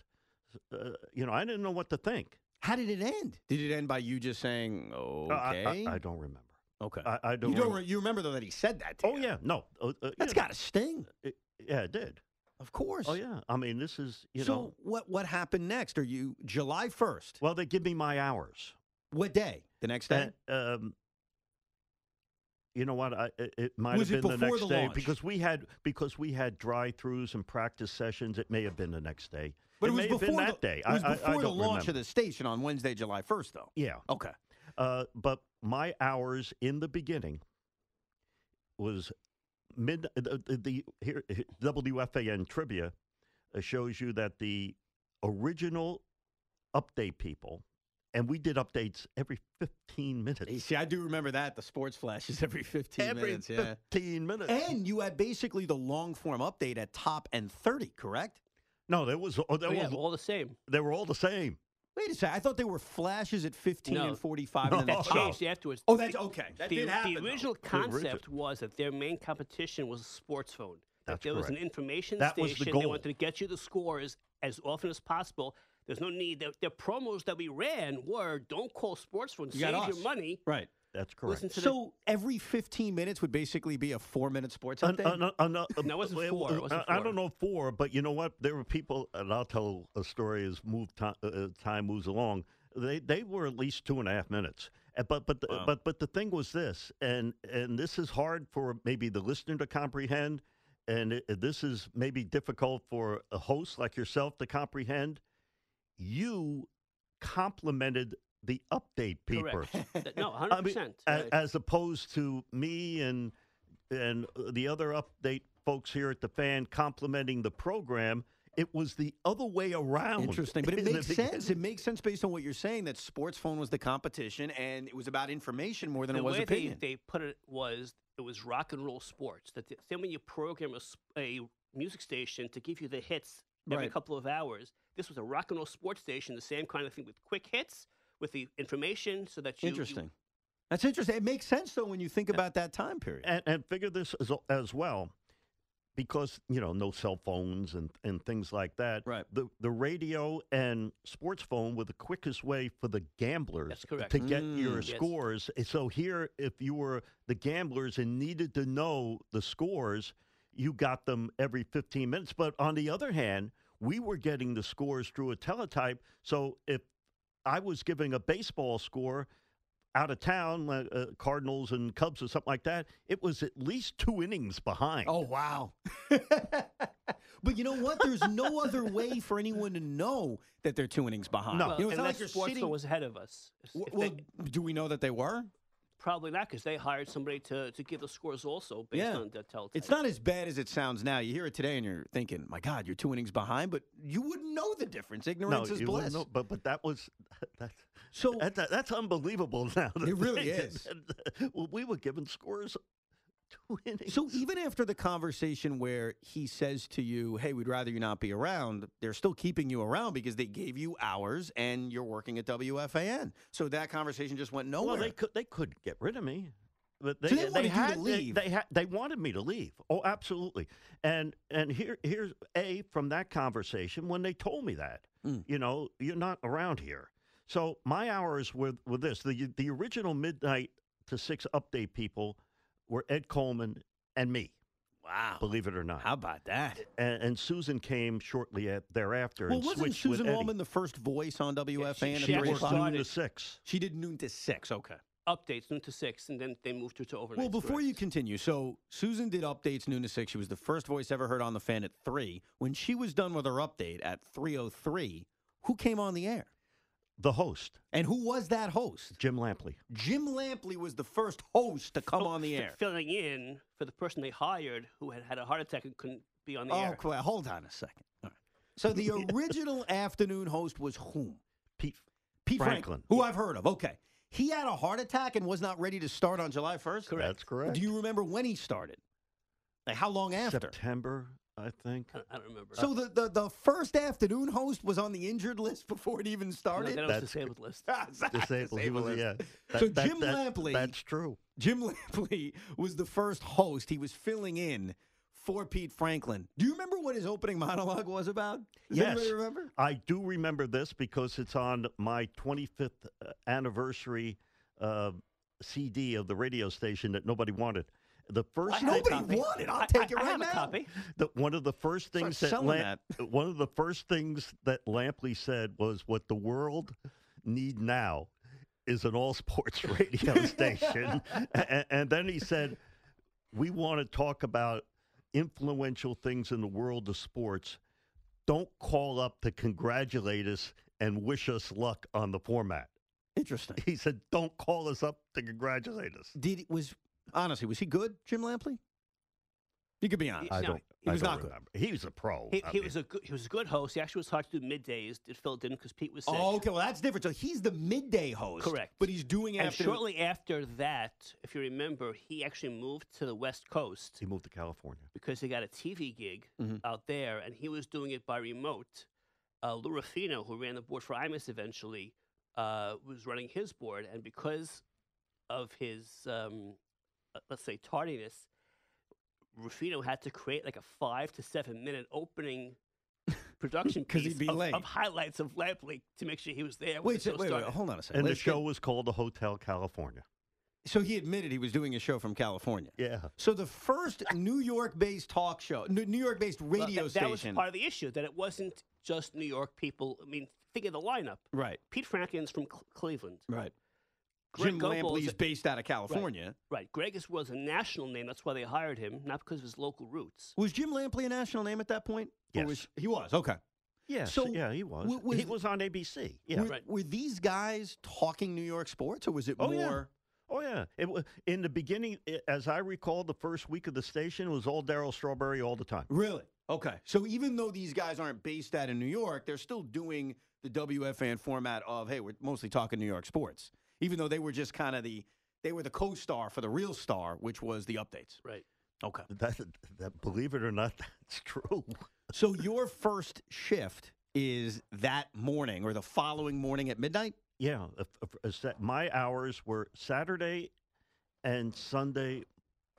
Uh, you know, I didn't know what to think.
How did it end? Did it end by you just saying,
Uh, I-
okay?
I, I, don't remember.
okay.
I, I don't.
you, don't
remem-
re- you remember, though, that he said that to
oh
you.
yeah, no. Uh, uh,
That's
yeah,
got to sting,
it- yeah, it did.
of course.
Oh yeah. I mean, this is you
so
know.
what, what happened next? Are you July 1st?
Well, they give me my hours.
What day? The next day?
That, um, you know what? I, it, it might
Was it
have been the
before
next
the
day
launch?
because we had because we had drive-throughs and practice sessions. It may have been the next day,
but
it,
it was
may have
before
been
the-
that day.
It was
I, I- I
before the
don't
launch
remember.
of the station on Wednesday, July 1st, though.
Yeah,
Okay.
uh, but my hours in the beginning was mid the, the, the here here- WFAN trivia uh, shows you that the original update people and we did updates every 15 minutes
You See, I do remember that the sports flashes every 15
every
minutes. Yeah.
15 minutes.
And you had basically the long form update at top and 30, correct?
no, there was, oh, there
Oh, yeah,
was
all the same.
they were all the same.
Wait a second. I thought they were flashes at 15
No.
and 45 and then
That
the top.
changed afterwards.
Oh, that's okay. That
the,
did
the
happen. though.
original
original-
concept was that their main competition was a sports phone. That
That's
there was an
correct.
information
That was the
station. They
goal.
wanted to get you the scores as often as possible. There's no need. The, the promos that we ran were don't call sports phone,
You
save
got
your
us.
(laughs)
money.
Right.
That's correct.
Listen to the
So every 15 minutes would basically be a four minute sports
An-
update?
an- an- uh,
(laughs) No, it wasn't
uh,
four, it
uh,
wasn't
I, I
four.
don't know four, but you know what? There were people, and I'll tell a story as move time, uh, uh, time moves along. They they were at least two and a half minutes. Uh, But but the, but but the thing was this, and and this is hard for maybe the listener to comprehend, and it, it- this is maybe difficult for a host like yourself to comprehend. You complimented the update peepers.
correct. That- no, 100.
I mean, uh,
percent
a- as opposed to me and and uh, the other update folks here at the fan complimenting the program. It was the other way around.
Interesting,
(laughs)
but it
in the
makes sense. It
beginning.
makes sense based on what you're saying that sports phone was the competition and it was about information more than
the
it was
way
opinion.
They, they put it was it was rock and roll sports. That the same when you program a, s- a music station to give you the hits every
Right.
couple of hours. This was a rock and roll sports station. The same kind of thing with quick hits with the information so that you you-
Interesting. That's interesting. It makes sense though when you think about that time period.
(laughs)
And, and figure this as, as well, because you know no cell phones and and things like that.
Right.
The the radio and sports phone were the quickest way for the gamblers
That's correct.
to get
Mm.
your
Yes.
scores. And So here, if you were the gamblers and needed to know the scores, you got them every 15 minutes. But on the other hand, we were getting the scores through a teletype. So if I was giving a baseball score, out of town, uh, uh, Cardinals and Cubs or something like that, it was at least two innings behind.
Oh wow! (laughs) but you know what? There's no other way for anyone to know that they're two innings behind.
No.
you know,
Well,
it's not like
unless
you're
Sportsman
sitting.
was ahead of us. If
W-
they-
well, do we know that they were?
probably not because they hired somebody to, to give the scores also based
Yeah.
on the telltale.
It's not as bad as it sounds now. You hear it today, and you're thinking, "My God, you're two innings behind." But you wouldn't know the difference.
No,
Ignorance is
you
bliss.
wouldn't know, but but that was (laughs) that,
So
that, that- that's unbelievable (laughs) now. to
It really
think.
is.
Well, we were given scores two (laughs) innings.
So even after the conversation where he says to you, "Hey, we'd rather you not be around," they're still keeping you around because they gave you hours and you're working at WFAN. So that conversation just went nowhere.
well, they could they could get rid of me. But
Oh, So they wanted you to
had
leave.
They, had they wanted me to leave. Oh, absolutely. And and here here's a from that conversation when they told me that
Hmm.
you know you're not around here. So my hours were were this the the original midnight to six update people were Ed Coleman and me.
wow.
Believe it or not.
How about that?
and, and Susan came shortly at, thereafter.
Well,
and
wasn't
switched with
Susan
Eddie.
Wallman the first voice on WFAN
she
at
She
three
actually
worked
o'clock?
started-
noon to six.
She did noon to six. Okay.
updates noon to six, and then they moved her to overnight.
Well, before
correct?
you continue, so Susan did updates noon to six. She was the first voice ever heard on the fan at three. When she was done with her update at three o three, who came on the air?
The host,
And who was that host?
Jim Lampley.
Jim Lampley was the first host to come
Oh,
on the
f-
air.
filling in for the person they hired who had had a heart attack and couldn't be on the
Oh,
air.
qu- hold on a second. All right. So
(laughs)
the original afternoon host was whom?
Pete
Pete
Franklin.
who I've heard of. Okay, he had a heart attack and was not ready to start on July first.
That's correct.
Do you remember when he started? Like how long after?
September, I think.
I- I don't remember.
So
Uh,
the, the the first afternoon host was on the injured list (laughs) before it even
no,
started. Uh,
that was
(laughs)
That's-
disabled list.
Disabled. He was,
Disabled.
yeah.
So Jim Lampley-
That's true.
Jim Lampley was the first host. He was filling in for Pete Franklin. Do you remember what his opening monologue was about? Does
yes.
anybody remember?
I do remember this because it's on my 25th uh, anniversary uh, CD of the radio station that nobody wanted. The first
had a
Nobody
copy.
wanted. I'll
I-
take it
I- I
right
have a
now.
copy.
the, one of the first things
Start
that,
selling
one of the first things that Lampley said was what the world need now is an all sports (laughs) radio station and, and then he said we want to talk about influential things in the world of sports don't call up to congratulate us and wish us luck on the format
Interesting.
he said don't call us up to congratulate us
Did was honestly was he good, Jim Lampley? You could be honest.
I No, don't-
He was
I don't
not good.
remember. he was a pro
He,
I
he
mean,
was a good, he was a good host. He actually was hard to do middays. It Phil didn't because Pete was sick.
Oh, okay. Well, that's different. So he's the midday host,
Correct.
But he's doing
and
after.
shortly after that, if you remember, he actually moved to the West Coast
he moved to california
because he got a TV gig
Mhm.
out there, and he was doing it by remote. Uh, Lou Ruffino, who ran the board for IMUS eventually, uh, was running his board, and because of his, um, uh, let's say, tardiness, Ruffino had to create like a five to seven minute
(laughs)
opening production
'Cause
piece
he'd be
of,
late.
of highlights of Lampley to make sure he was there.
Wait,
when the
so,
show
wait, wait,
started.
hold on a second.
and the
Let's get-
show was called the hotel california
so he admitted he was doing a show from California.
yeah
So the first New York-based talk show, New New York-based
Well,
radio
that, That was
station,
part of the issue that it wasn't just New York people. I mean, think of the lineup.
right?
Pete Franklin's from Cl- Cleveland.
Right.
Greg
Jim
Goebel
Lampley's
is-
based out of California.
Right. Greg is, was a national name. That's why they hired him, not because of his local roots.
Was Jim Lampley a national name at that point? Or
Yes.
was- he was. Okay.
Yeah,
So,
yeah, he was.
w-
he
was-
was on ABC. Yeah.
Were,
Right.
were these guys talking New York sports, or was it
Oh, yeah.
more?
Oh yeah. It wa in the beginning, i as I recall, the first week of the station it was all Daryl Strawberry all the time.
Really? Okay. So even though these guys aren't based out in New York, they're still doing the WFAN format of hey, we're mostly talking New York sports. Even though they were just kind of the they were the co-star for the real star, which was the updates.
Right.
Okay.
That, that believe it or not, (laughs) that's true.
So your first shift is that morning or the following morning at midnight?
Yeah. a- a- a sa- my hours were Saturday and Sunday,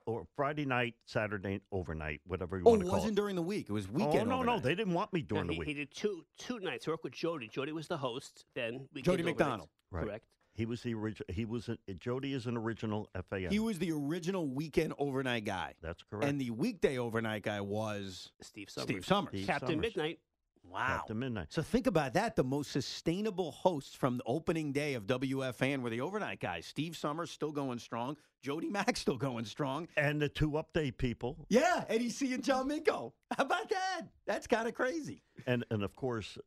or Friday night, Saturday overnight, whatever you
Oh,
want
it
to call
wasn't during the week. It was
it.
weekend.
oh no, no,
overnight.
they didn't want me
No,
during
he,
the week.
he did two two nights. He worked with Jody. Jody was the host. Then we
Jody
came over
McDonald.
it.
Right.
Correct.
He was the original. He was an, Jody is an original FAN.
He was the original weekend overnight guy.
that's correct.
And the weekday overnight guy was
Steve Summers.
Steve Summers.
Steve
Captain
Summers.
Midnight.
Wow.
after midnight.
So think about that. The most sustainable hosts from the opening day of WFAN were the overnight guys. Steve Summers still going strong. Jody Mack still going strong.
And the two update people,
Yeah, Eddie C and John Minko. How about that? That's kind of crazy.
and and of course,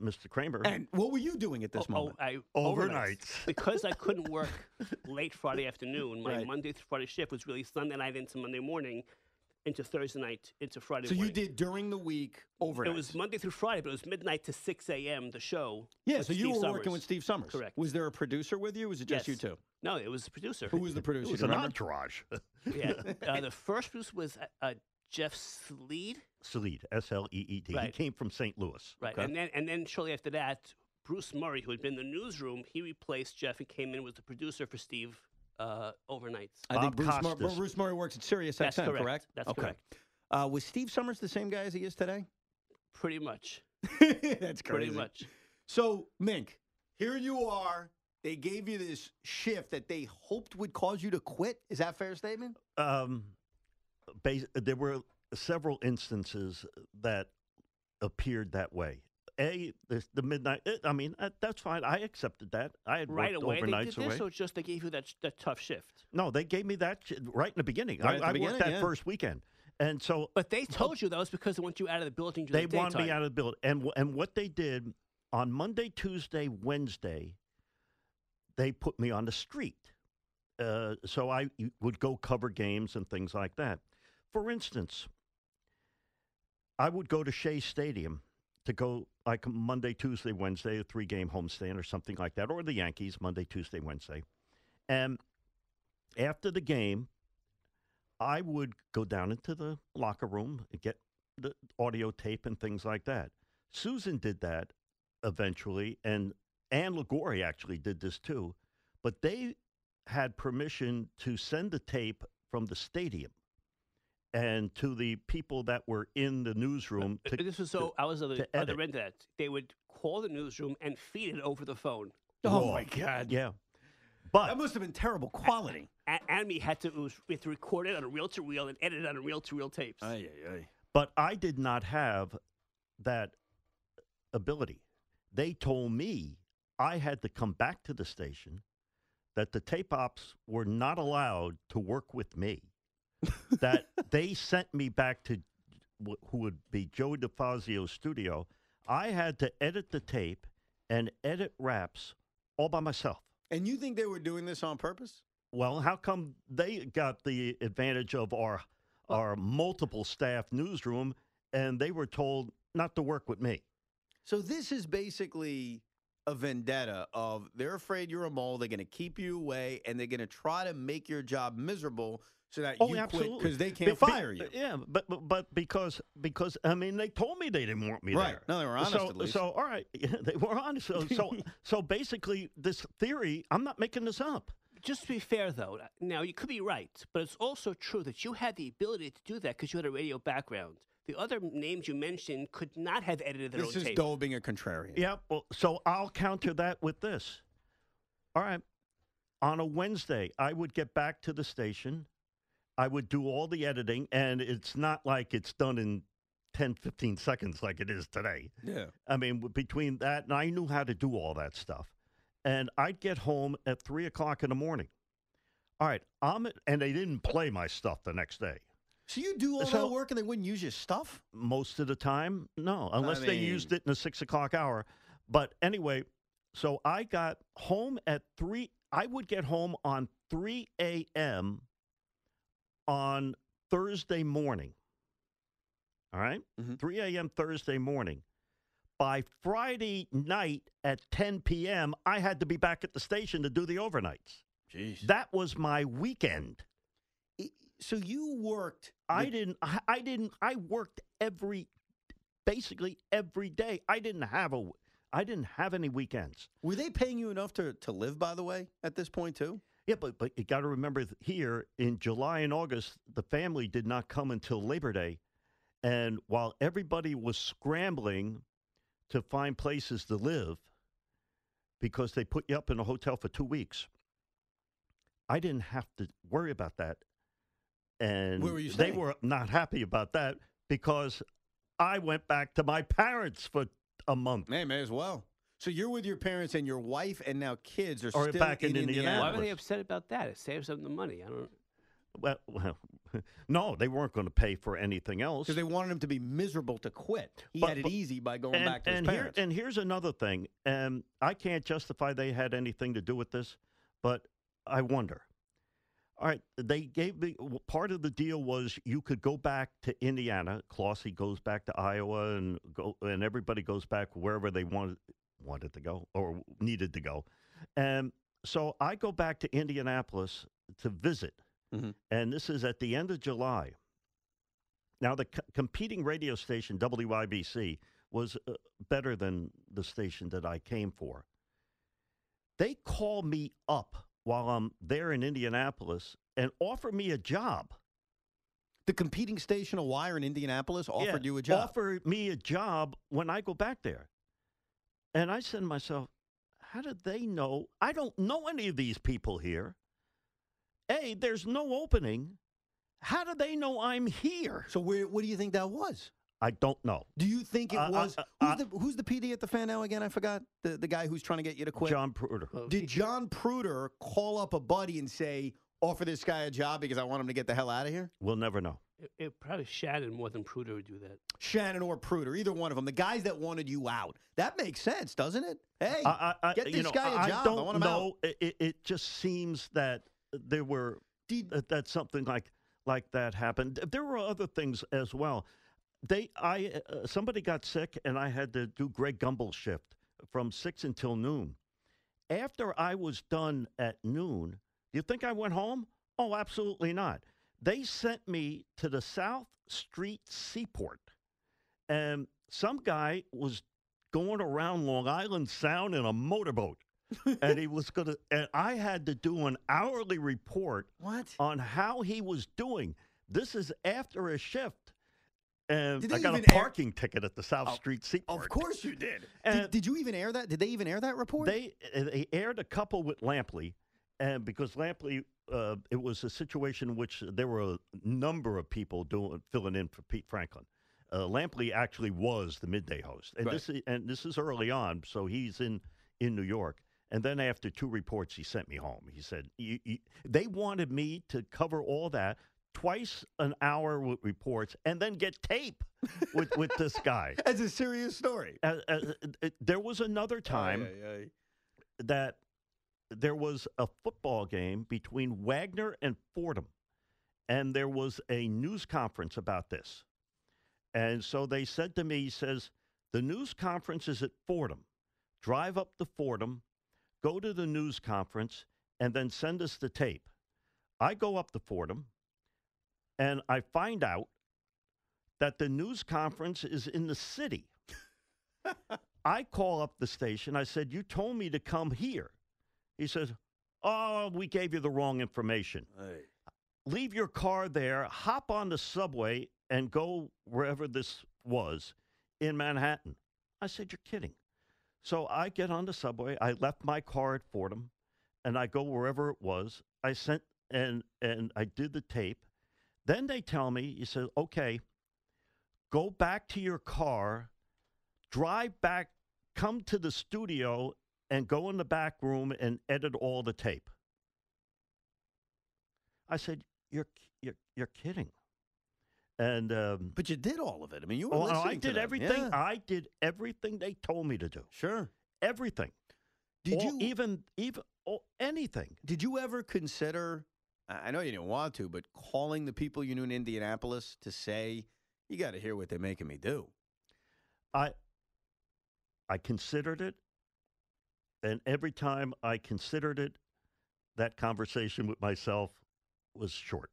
Mr. Kramer.
And what were you doing at this
oh,
moment?
I,
Overnights.
because I couldn't
(laughs)
work late Friday afternoon, my
Right.
Monday through Friday shift was really Sunday night into Monday morning, into Thursday night into Friday.
so you
morning.
did during the week overnight.
It was Monday through Friday, but it was midnight to six a.m. The show.
yeah.
with
So you
Steve
were
Summers.
working with Steve Summers.
Correct.
Was there a producer with you? Or was it just
Yes.
you two?
No, it was the producer.
Who was the producer?
it was
Do you
an
remember?
entourage.
yeah,
(laughs)
uh, the first producer was uh, uh, Jeff Sleed,
Sleed, S L E E D. He
Right.
came from St. Louis.
right? And then and then shortly after that, Bruce Murray, who had been in the newsroom, he replaced Jeff and came in was the producer for Steve uh, overnights.
I think
Bob
Bruce, Mur-
Costas.
Bruce Murray works at Sirius
That's
XM,
correct.
correct?
That's
okay.
correct.
Uh, was Steve Summers the same guy as he is today? (laughs)
Pretty much.
That's
Pretty much.
So, Mink, here you are. They gave you this shift that they hoped would cause you to quit. Is that a fair statement?
Um, bas- there were several instances that appeared that way. A, the, the midnight, eh, I mean, uh, that's fine. I accepted that. I had
Right
worked
away they
overnights
did this,
away.
or just they gave you that sh- that tough shift.
No, they gave me that j- right in the beginning.
Right
I,
at the
I
beginning,
worked that
yeah.
first weekend. And so
But they told you that was because they want you out of the building.
they
During the
wanted me
daytime.
out of the building. And, wh- and what they did on Monday, Tuesday, Wednesday, they put me on the street. Uh, so I y- would go cover games and things like that. For instance, I would go to Shea Stadium to go like Monday, Tuesday, Wednesday, a three game homestand or something like that, or the Yankees Monday, Tuesday, Wednesday. And after the game, I would go down into the locker room and get the audio tape and things like that. Susan did that eventually, and Anne Ligori actually did this too, but they had permission to send the tape from the stadium and to the people that were in the newsroom.
Uh,
To,
this was so I was on the
to
other
edit.
end of that. They would call the newsroom and feed it over the phone.
Oh, my God.
yeah. But
That must have been terrible quality.
A- and we had to it was, we had to record it on a reel to reel and edit it on a reel to reel tapes.
But I did not have that ability. They told me I had to come back to the station, that the tape ops were not allowed to work with me, that they sent me back to wh- who would be Joe DeFazio's studio. I had to edit the tape and edit raps all by myself.
And you think they were doing this on purpose?
Well, how come they got the advantage of our our multiple staff newsroom and they were told not to work with me?
So this is basically a vendetta of they're afraid you're a mole, they're going to keep you away, and they're going to try to make your job miserable so that
Oh,
you quit because they can't
Be- be-
fire you.
Yeah, but, but but because because I mean they told me they didn't want me
Right.
there.
No, they were honest
So,
at least.
so all right, (laughs) they were honest. So
(laughs)
so, so basically, this theory I'm not making this up.
Just to be fair, though, now you could be right, but it's also true that you had the ability to do that because you had a radio background. The other names you mentioned could not have edited their
This
own
is
tape.
Dole being a contrarian.
Yeah. Well, so I'll counter that with this. All right. On a Wednesday, I would get back to the station. I would do all the editing, and it's not like it's done in 10, 15 seconds like it is today.
Yeah.
I mean, w- between that, and I knew how to do all that stuff. And I'd get home at three o'clock in the morning. All right. I'm at, and they didn't play my stuff the next day.
So you do all
So-
that work and they wouldn't use your stuff?
most of the time. No, unless they used
mean-
it in the six o'clock hour. But anyway, so I got home at three. I would get home on three a.m. on Thursday morning. All right?
Mhm.
three a.m. Thursday morning. By Friday night at 10 p.m., I had to be back at the station to do the overnights.
Jeez.
That was my weekend.
So you worked.
I
the-
didn't. I I didn't. I worked every, basically every day. I didn't have a. w- I didn't have any weekends.
Were they paying you enough to, to live, by the way, at this point, too?
Yeah, but but you got to remember th- here in July and August, the family did not come until Labor Day, and while everybody was scrambling to find places to live, because they put you up in a hotel for two weeks, I didn't have to worry about that, and
Where were you
they
staying?
were not happy about that because I went back to my parents for a month.
Hey, may as well. So you're with your parents and your wife and now kids are
Or
still
back in
in,
Why
Indianapolis.
were
Indianapolis.
they upset about that? It saves them the money. I don't.
Well, well (laughs) no, they weren't going to pay for anything else.
Because they wanted him to be miserable to quit. He
But-
had it
but-
easy by going back to his
and here-
parents.
and here's another thing. Um, I can't justify they had anything to do with this, but I wonder. All right, they gave me w- part of the deal was you could go back to Indiana. Clossy goes back to Iowa, and go and everybody goes back wherever they wanted wanted to go or needed to go. And so I go back to Indianapolis to visit,
Mhm.
and this is at the end of July. Now the c- competing radio station WIBC was uh, better than the station that I came for. They call me up while I'm there in Indianapolis and offer me a job.
the competing station, a wire in Indianapolis, offered
Yeah,
you a job.
Offered me a job when I go back there. And I said to myself, how did they know? I don't know any of these people here. A, there's no opening. How do they know I'm here?
So where, what do you think that was?
I don't know.
Do you think it
Uh, uh,
was
uh,
who's,
uh,
the, who's the PD at the fan now again? I forgot the, the guy who's trying to get you to quit.
John Pruder.
Did John Pruder call up a buddy and say, "Offer this guy a job because I want him to get the hell out of here"?
We'll never know.
It, it probably Shannon more than Pruder would do that.
Shannon or Pruder, either one of them, the guys that wanted you out. That makes sense, doesn't it? Hey,
I, I, I-
get
you
this
know,
guy a
I
job. I
don't
want him out.
know. It- It, it just seems that there were
Did-
that, that something like like that happened. Th- There were other things as well. They, I, uh, somebody got sick, and I had to do Greg Gumbel's shift from six until noon. After I was done at noon, you think I went home? Oh, absolutely not. They sent me to the South Street Seaport, and some guy was going around Long Island Sound in a motorboat, and he was gonna. (laughs) And I had to do an hourly report
what?
on how he was doing. This is after a shift, and
Did
I
they
got a
even air- Oh,
parking ticket at the South Street Seaport.
Of course you did.
And-
did. Did you even air that? Did they even air that report?
They uh, they aired a couple with Lampley, and because Lampley, uh, it was a situation in which there were a number of people doing filling in for Pete Franklin. Uh, Lampley actually was the midday host, and
Right.
this is, and this is early on, so he's in in New York. And then after two reports, he sent me home. He said "You- you-" they wanted me to cover all that twice an hour with reports, and then get tape with with this guy.
That's a serious story.
Uh, uh, uh, there was another time
Ay, ay, ay.
that there was a football game between Wagner and Fordham, and there was a news conference about this. And so they said to me, he says, the news conference is at Fordham. Drive up to Fordham, go to the news conference, and then send us the tape. I go up to Fordham, and I find out that the news conference is in the city. I call up the station. I said, You told me to come here. He says, Oh, we gave you the wrong information. Leave your car there, hop on the subway, and go wherever this was in Manhattan. I said, You're kidding. So I get on the subway. I left my car at Fordham and I go wherever it was. I sent and and I did the tape. Then they tell me, you said, okay, go back to your car, drive back, come to the studio, and go in the back room and edit all the tape. I said, you're ki- you're, you're kidding. And um,
But you did all of it. I mean, you were
oh,
listening
I
to
did
them.
everything.
Yeah.
I did everything they told me to do.
sure.
Everything.
Did
All-
you
even even oh, anything?
Did you ever consider? I I know you didn't want to, but calling the people you knew in Indianapolis to say, "You got to hear what they're making me do."
I I considered it, and every time I considered it, that conversation with myself was short.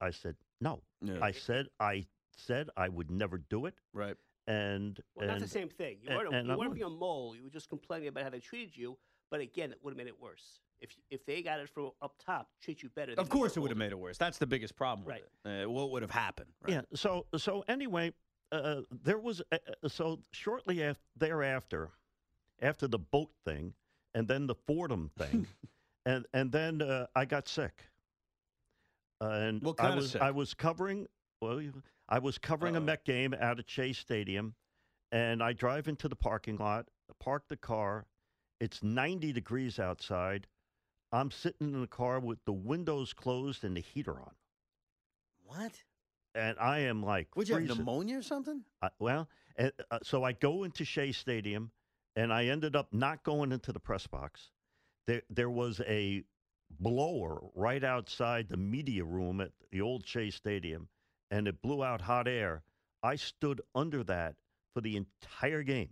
I said no.
Yeah.
I said I said I would never do it,
Right.
and
Well,
and
that's the same thing. You
and-
weren't, a,
and
you
I
weren't
would.
being a mole. You were just complaining about how they treated you. But again, it would have made it worse. If if they got it from up top, treat you better.
Of
than
course, it
you
would have made it worse. That's the biggest problem.
Right.
With it. Uh, what would have happened? Right?
Yeah. So so anyway, uh, there was uh, uh, so shortly af- thereafter, after the boat thing, and then the Fordham
(laughs)
thing, and and then uh, I got sick. Uh, and
What
I
kinda
was
sick?
I was covering. Well, you- I was covering a Met game out at Chase Stadium, and I drive into the parking lot, park the car. It's 90 degrees outside. I'm sitting in the car with the windows closed and the heater on,
What?
and I am like,
Would you have
freezing.
pneumonia or something?
I, well, uh, uh, so I go into Shea Stadium, and I ended up not going into the press box. There, there was a blower right outside the media room at the old Shea Stadium, and it blew out hot air. I stood under that for the entire game.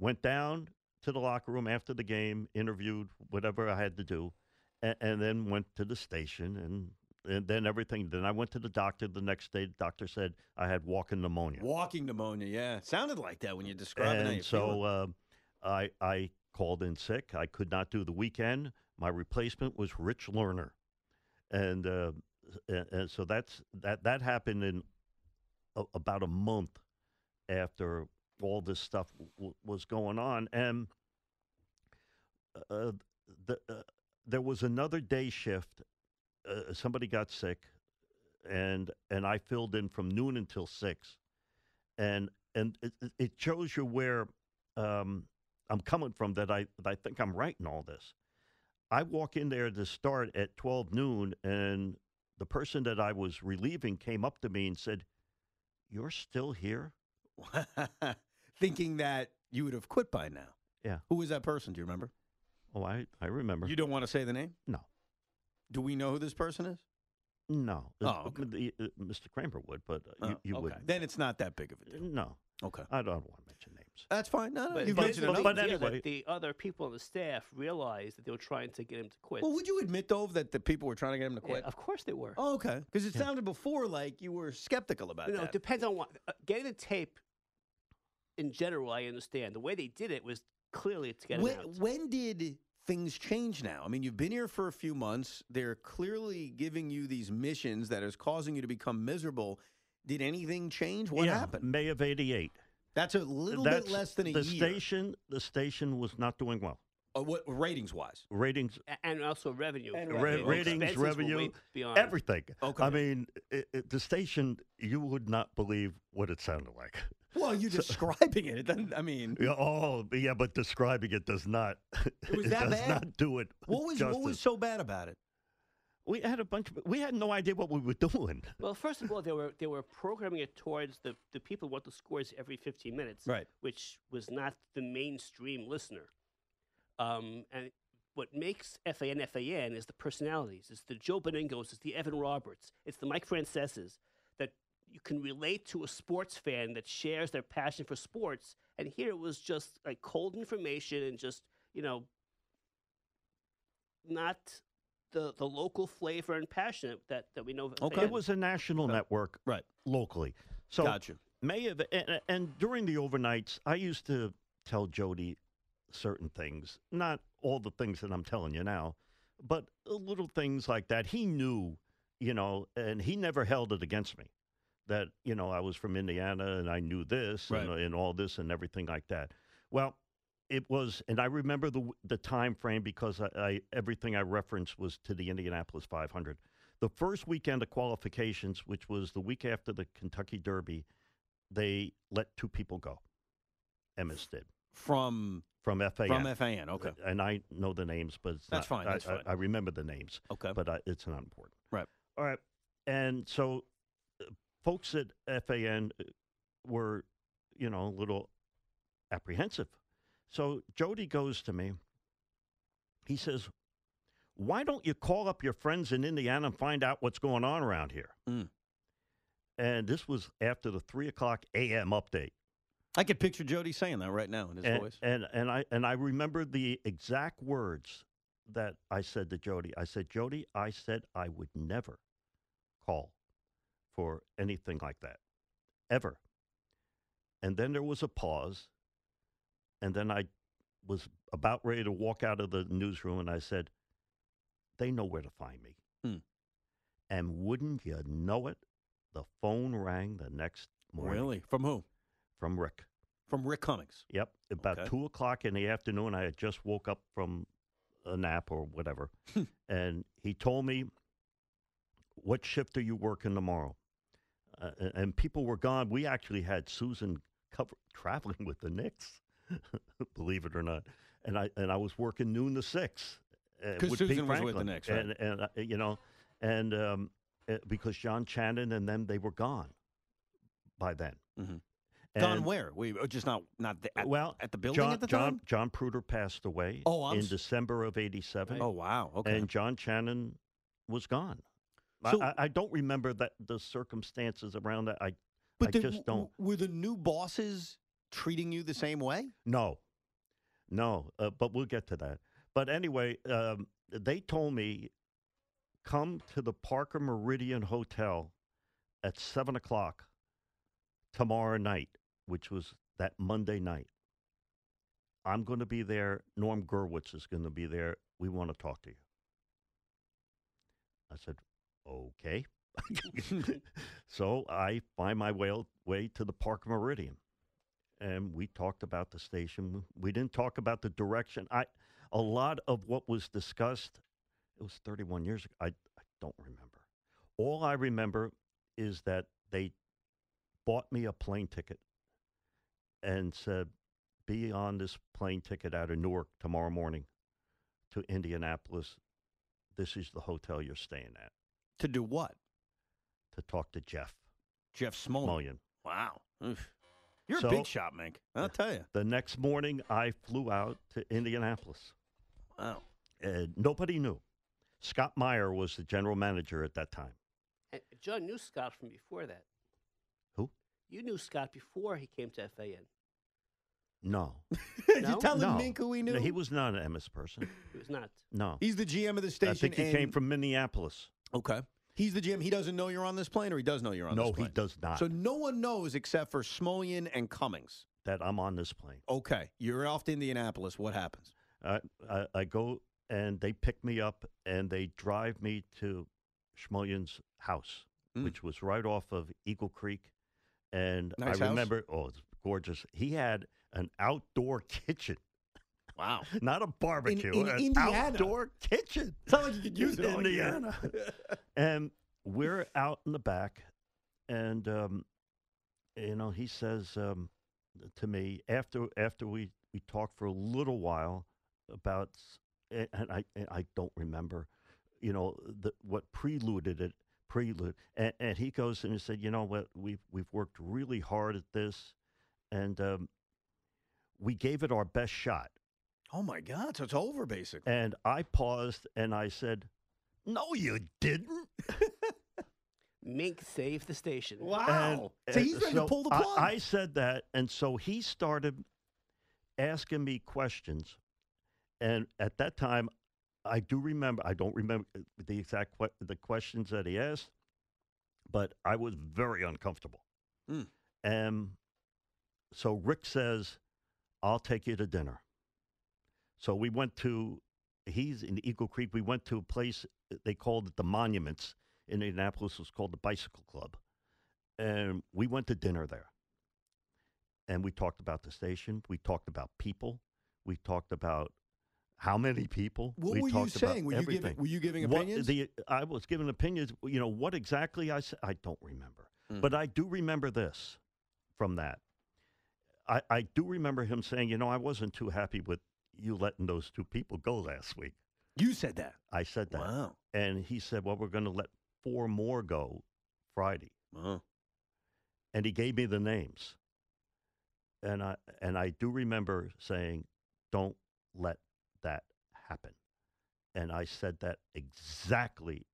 Went down to the locker room after the game, interviewed whatever I had to do, and, and then went to the station and. And then everything. Then I went to the doctor the next day. The doctor said I had walking pneumonia
Walking pneumonia. Yeah, sounded like that when you described it.
and so uh, I I called in sick. I could not do the weekend. My replacement was Rich Lerner, and uh, and, and so that's that that happened in a, about a month after all this stuff w- was going on, and uh, the uh, there was another day shift. Uh, somebody got sick, and and I filled in from noon until six and and it, it- it shows you where um, I'm coming from. That I that I think I'm right in all this. I walk in there to start at 12 noon, and the person that I was relieving came up to me and said, "You're still here."
So (laughs) thinking that you would have quit by now.
Yeah.
Who was that person? Do you remember?
Oh, I I remember.
You don't want to say the name.
no,
Do we know who this person is?
no. It's-
Oh, okay.
the- uh, Mr. Kramer would, but uh, you,
Oh,
you
okay.
wouldn't.
Then it's not that big of a deal.
no,
Okay.
I don't want to mention names.
That's fine. No, no.
But,
you've
but,
mentioned
but,
enough.
but
the idea that
anyway.
the other people on the staff realized that they were trying to get him to quit.
well, would you admit though that the people were trying to get him to
Yeah,
quit?
of course they were.
Oh, okay. Because it sounded before like you were skeptical about
you know,
that.
it depends on what. Uh, getting the tape, in general, I understand. The way they did it was clearly to get him
when,
out.
when did things change now? I mean, you've been here for a few months. They're clearly giving you these missions that is causing you to become miserable. Did anything change? What
Yeah,
happened?
May of '88.
That's a little
That's
bit less than a
the
year.
station. The station was not doing well.
Uh, what ratings wise?
Ratings
A- and also revenue.
And
Right,
Ra-
Okay.
the
ratings,
expenses were
revenue,
way beyond.
everything.
Okay.
I mean, i it, the station, you would not believe what it sounded like.
Well,
(laughs)
you're describing it. it. doesn't- I mean,
Yeah, oh, yeah, but describing it does not. (laughs) It,
was that
does
bad?
not do it.
what was
justice.
what was so bad about it?
We had a bunch. Of, we had no idea what we were doing.
Well, first of all, they were they were programming it towards the the people who want the scores every 15 minutes,
Right.
Which was not the mainstream listener. Um, and what makes FAN FAN is the personalities. It's the Joe Beningos. It's the Evan Roberts. It's the Mike Franceses that you can relate to a sports fan that shares their passion for sports. And here it was just like cold information and just you know not. The, the local flavor and passion that, that we know of
Okay.
FAN.
It was a national network,
Right.
Locally, so
Gotcha.
May have, and, and during the overnights, I used to tell Jody certain things, not all the things that I'm telling you now, but little things like that. He knew, you know, and he never held it against me that, you know, I was from Indiana and I knew this and,
Right.
and all this and everything like that. Well, it was, and I remember the w- the time frame because I, I everything I referenced was to the Indianapolis 500. The first weekend of qualifications, which was the week after the Kentucky Derby, they let two people go. Emmis did
From
from FAN.
from FAN. Okay.
And I know the names, but it's
That's
not-
fine,
I,
that's
I-
fine.
I remember the names,
Okay.
but I, it's not important.
Right.
All right. And so, uh, folks at FAN uh, were, you know, a little apprehensive. So Jody goes to me. He says, "Why don't you call up your friends in Indiana and find out what's going on around here?"
Mm.
And this was after the three o'clock a.m. update.
I could picture Jody saying that right now in his
and,
voice.
And and I and I remember the exact words that I said to Jody. I said, Jody, I said I would never call for anything like that. Ever. And then there was a pause. And then I was about ready to walk out of the newsroom and I said, They know where to find me.
Hmm.
And wouldn't you know it? The phone rang the next morning
Really? From who?
from Rick.
From Rick Cummings.
Yep, about
Okay.
two o'clock in the afternoon. I had just woke up from a nap or whatever,
Hmm.
and he told me, "What shift are you working tomorrow?" uh, a- and people were gone. We actually had Susan cover, (laughs) traveling with the Knicks, (laughs) believe it or not, and I and I was working noon to six. uh,
'Cause
with Pete
Susan was with the
Franklin.
Knicks, right?
and and uh, you know, and um, uh, because John Channon and them they were gone by then.
Mhm. Gone
And-
where? We oh, just not not the, at,
well
at the building
John,
at the
John,
time.
John Pruder passed away
Oh, I'm
in
s-
December of '87,
Oh wow. Okay.
and John Channon was gone. I-
So-
I, I don't remember that the circumstances around that. I I
then w-
just don't.
Were the new bosses treating you the same way?
No, no. Uh, but we'll get to that. But anyway, um, they told me come to the Parker Meridian Hotel at seven o'clock tomorrow night, which was that Monday night. I'm going to be there. Norm Gerwitz is going to be there. We want to talk to you. I said, okay. (laughs) so I find my way, way to the Park Meridian. And we talked about the station. We didn't talk about the direction. I, a lot of what was discussed, it was 31 years ago. I, I don't remember. All I remember is that they bought me a plane ticket and said, be on this plane ticket out of Newark tomorrow morning to Indianapolis. This is the hotel you're staying at
To do what?
to talk to Jeff
Jeff
Oh.
Smolin.
Mullion.
Wow. Oof. You're
So-
a big shot, Mink. I'll tell you.
The next morning, I flew out to Indianapolis.
Wow.
And Uh, nobody knew. Scott Meyer was the general manager at that time.
Hey, John knew Scott from before that.
Who?
You knew Scott before he came to FAN.
No.
You're
No?
telling
no.
Mink who we knew?
No, he was not an Emmis person.
He was not.
(laughs)
No.
He's the GM of the station.
I think he came
and-
from Minneapolis.
Okay. He's the GM. He doesn't know you're on this plane, or he does know you're on
No,
this
he
plane.
does not.
So no one knows except for Smolian and Cummings.
that I'm on this plane.
Okay. You're off to Indianapolis. What happens?
I, I, I go and they pick me up and they drive me to Schmullian's house,
Mm.
which was right off of Eagle Creek. And
Nice
I
house?
remember, oh, it's gorgeous. He had an outdoor (laughs) kitchen,
Wow.
(laughs) not a barbecue,
in
an
Indiana?
outdoor
(laughs)
kitchen.
It's not like you could use it all year. (laughs)
Indiana. and we're out in the back, and um, you know he says um, to me after after we we talked for a little while about s- a- and I and I don't remember, you know the, what preluded it prelude and, and he goes and he said you know what we've we've worked really hard at this, and um, we gave it our best shot.
Oh my God! So it's over, basically.
And I paused and I said, "No, you didn't."
Mink saved the station.
Wow!
And-
so
and
he's ready to
so
pull the
I-
plug.
I, said that, and so he started asking me questions, and at that time, I do remember. I don't remember uh, the exact que- the questions that he asked, but I was very uncomfortable.
Mm.
Um, so Rick says, "I'll take you to dinner." So we went to. He's in Eagle Creek. We went to a place uh, they called it the Monuments in Indianapolis. It was called the Bicycle Club and we went to dinner there. And we talked about the station. We talked about people. We talked about how many people.
What
we
were you
talked about
saying? Were you giving-
everything.
were you giving
What
opinions?
the- I was giving opinions. You know what exactly I said? I don't remember,
Mm.
but I do remember this from that. I, I do remember him saying, you know, I wasn't too happy with you letting those two people go last week.
you said that.
I said that,
Wow.
and he said, well, we're going to let four more go Friday
Wow.
and he gave me the names. And I and I do remember saying, "Don't let that happen." And I said that exactly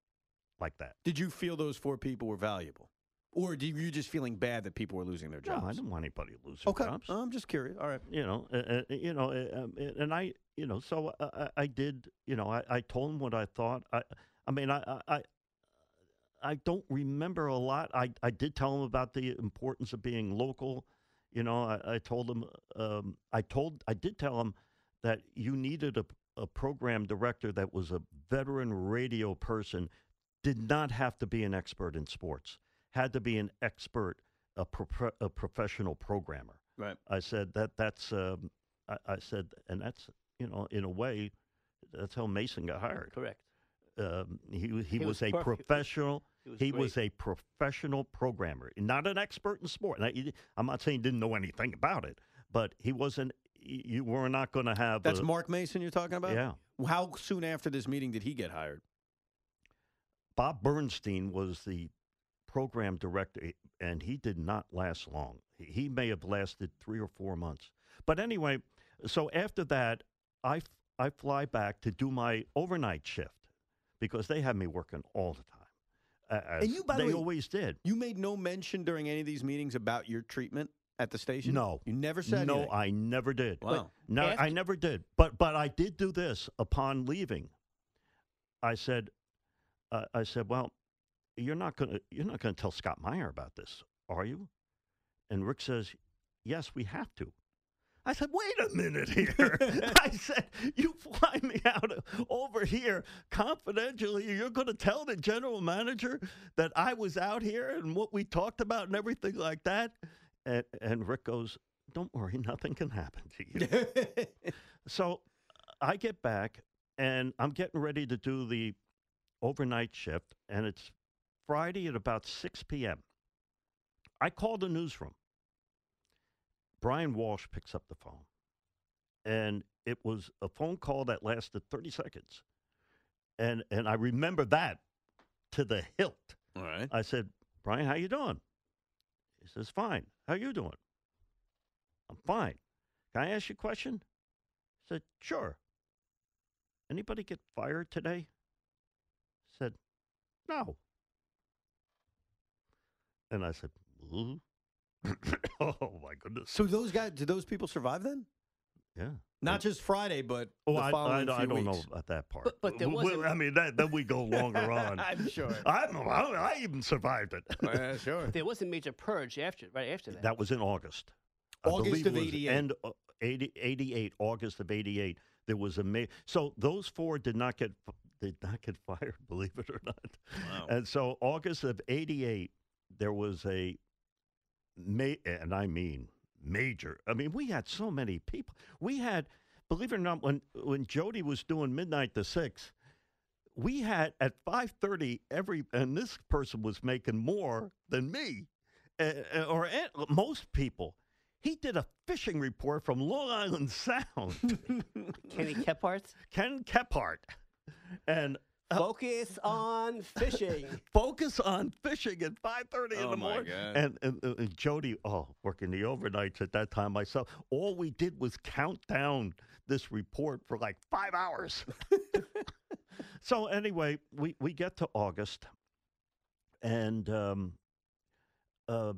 like that.
Did you feel those four people were valuable, or do you just feeling bad that people were losing their
No,
jobs?
I didn't want anybody losing
okay.
jobs.
I'm just curious. All right.
you know, uh, uh, you know, uh, um, uh, and I, you know, so I, I- I did, you know, I, I told him what I thought. I, I mean, I, I- I, I don't remember a lot. I, I did tell him about the importance of being local. You know, I, I told him, um, I told, I did tell him that you needed a, a program director that was a veteran radio person, did not have to be an expert in sports, had to be an expert, a, pro- a professional programmer.
Right.
I said that that's um, I, I said and that's you know in a way that's how Mason got hired
Uh, Correct.
um, he, w-
He
he, was,
was perf-
a
he was-
professional.
he was
He was
great.
a professional programmer, not an expert in sport. And I, I'm not saying he didn't know anything about it, but he wasn't. y- You were not going to have.
That's
a-
Mark Mason you're talking about?
Yeah.
How soon after this meeting did he get hired?
Bob Bernstein was the program director, and he did not last long. He- He may have lasted three or four months. But anyway, so after that, I, f- I fly back to do my overnight shift because they had me working all the time. a- as
And you, by the
they
way,
always did.
You made no mention during any of these meetings about your treatment at the station?
No.
You never said
no,
anything?
I never did.
Wow. But
no, I
after-
never did. But but I did do this upon leaving. I said, uh, I said, well, you're not gonna you're not gonna tell Scott Meyer about this, are you? And Rick says, yes, we have to. I said, wait a minute here. I said, you fly me out o- over here confidentially. You're going to tell the general manager that I was out here and what we talked about and everything like that. And, and Rick goes, don't worry, nothing can happen to you. So I get back and I'm getting ready to do the overnight shift, and it's Friday at about 6 p.m. I call the newsroom. Brian Walsh picks up the phone, and it was a phone call that lasted 30 seconds. And, and I remember that to the hilt.
All right.
I said, Brian, how you doing? He says, fine. How you doing? I'm fine. Can I ask you a question? I said, sure. Anybody get fired today? I said, no. And I said, "Ooh." (laughs) oh my goodness.
So those guys, did those people survive then?
yeah.
Not just Friday, but
Oh,
the
I, I,
following
I
few
don't know
(laughs) weeks.
about that part.
But- but there
W-
was
w-
a-
I mean, that, then
(laughs)
we go longer on.
I'm sure.
I'm, I, I even
(laughs)
survived it.
Oh, Yeah, sure.
There was a major purge after, right after that.
That was in August.
August
believe
of
it was
88.
End uh, 80, 88, August of 88. There was a ma- so those four did not get f- did not get (laughs) fired, believe it or not.
Wow.
And so August of 88 there was a ma- and I mean major. I mean we had so many people. We had believe it or not when when Jody was doing midnight to 6 we had at 5:30 every and this person was making more than me uh, uh, or at, most people. He did a fishing report from Long Island Sound.
Kenny Kephart.
Ken Kephart. And
Focus on fishing.
focus on fishing at 5.30 in
Oh
the
my
morning.
God.
And, and, uh, and Jody, oh, working the overnights at that time myself. All we did was count down this report for like
(laughs)
five hours. so anyway, we, we get to August. And, um, uh,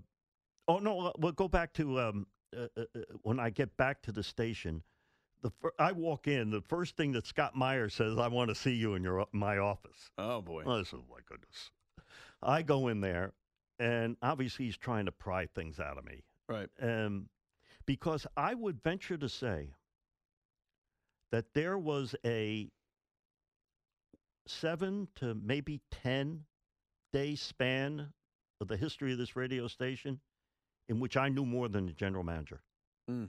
oh, no, uh, we'll go back to um, uh, uh, uh, when I get back to the station. The fir- I walk in. The first thing that Scott Meyer says, "I want to see you in your o- my office."
Oh, boy.
I said, my goodness. I go in there, and obviously he's trying to pry things out of me.
Right.
Um, because I would venture to say that there was a seven to maybe 10 day span of the history of this radio station in which I knew more than the general manager.
Mm.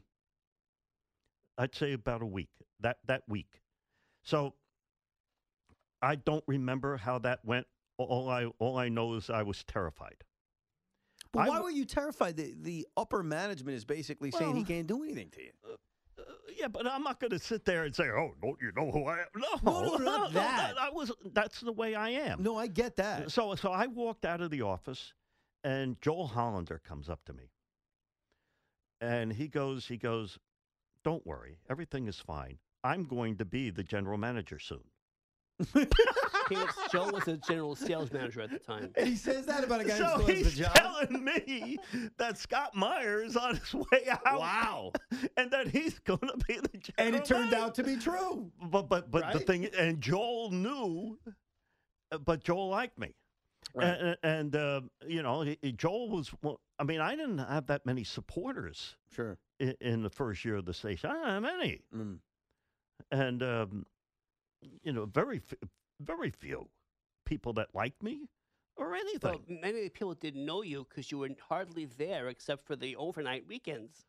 I'd say about a week, that, that week. So I don't remember how that went. All I, all I know is I was terrified.
(laughs) But
I
why
w-
were you terrified? The, the upper management is basically saying he
Well-
can't do anything to you.
Uh, yeah, but I'm not going to sit there and say, "Oh, don't you know who I am?" No,
No, no, not that.
I was. That's the way I am. Uh,
No, I get that.
So, so I walked out of the office, and Joel Hollander comes up to me, and he goes, he goes, "Don't worry, everything is fine. I'm going to be the general manager soon."
he was, Joel was a general sales manager at the time.
(laughs) he says that about a guy
so
who still has
he's
the job.
telling me that Scott Meyer is on his way out.
Wow.
and that he's going to be the general.
and it turned
manager.
out to be true.
But but but the
Right?
thing, and Joel knew, uh, but Joel liked me, and, and uh, you know he- he- Joel was. one- I mean, I didn't have that many supporters
Sure.
in, in the first year of the station. I didn't have any,
Mm.
and um, you know, very f- very few people that liked me or anything.
Well, many people didn't know you because you were hardly there except for the overnight weekends.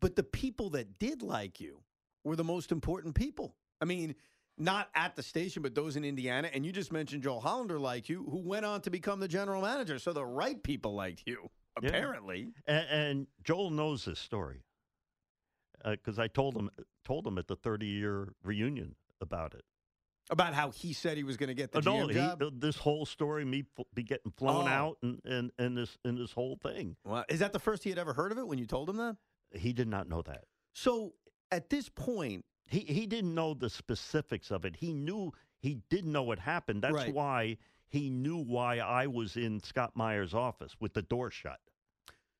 But the people that did like you were the most important people. I mean,
not at the station, but those in Indiana. And you just mentioned Joel Hollander like you, who went on to become the general manager. So the right people liked you,
Yeah.
apparently.
And, and Joel knows this story because I told him told him at the 30 year reunion about it.
About how he said he was going to get the
Uh,
GM
no, he,
job.
uh, this whole story, me fl- be getting flown
Oh.
out, and, and and this and this whole thing,
Wow. Is that the first he had ever heard of it when you told him that?
he did not know that.
So at this point,
He he didn't know the specifics of it. He knew he did know what happened. That's
Right.
why he knew why I was in Scott Meyer's office with the door shut.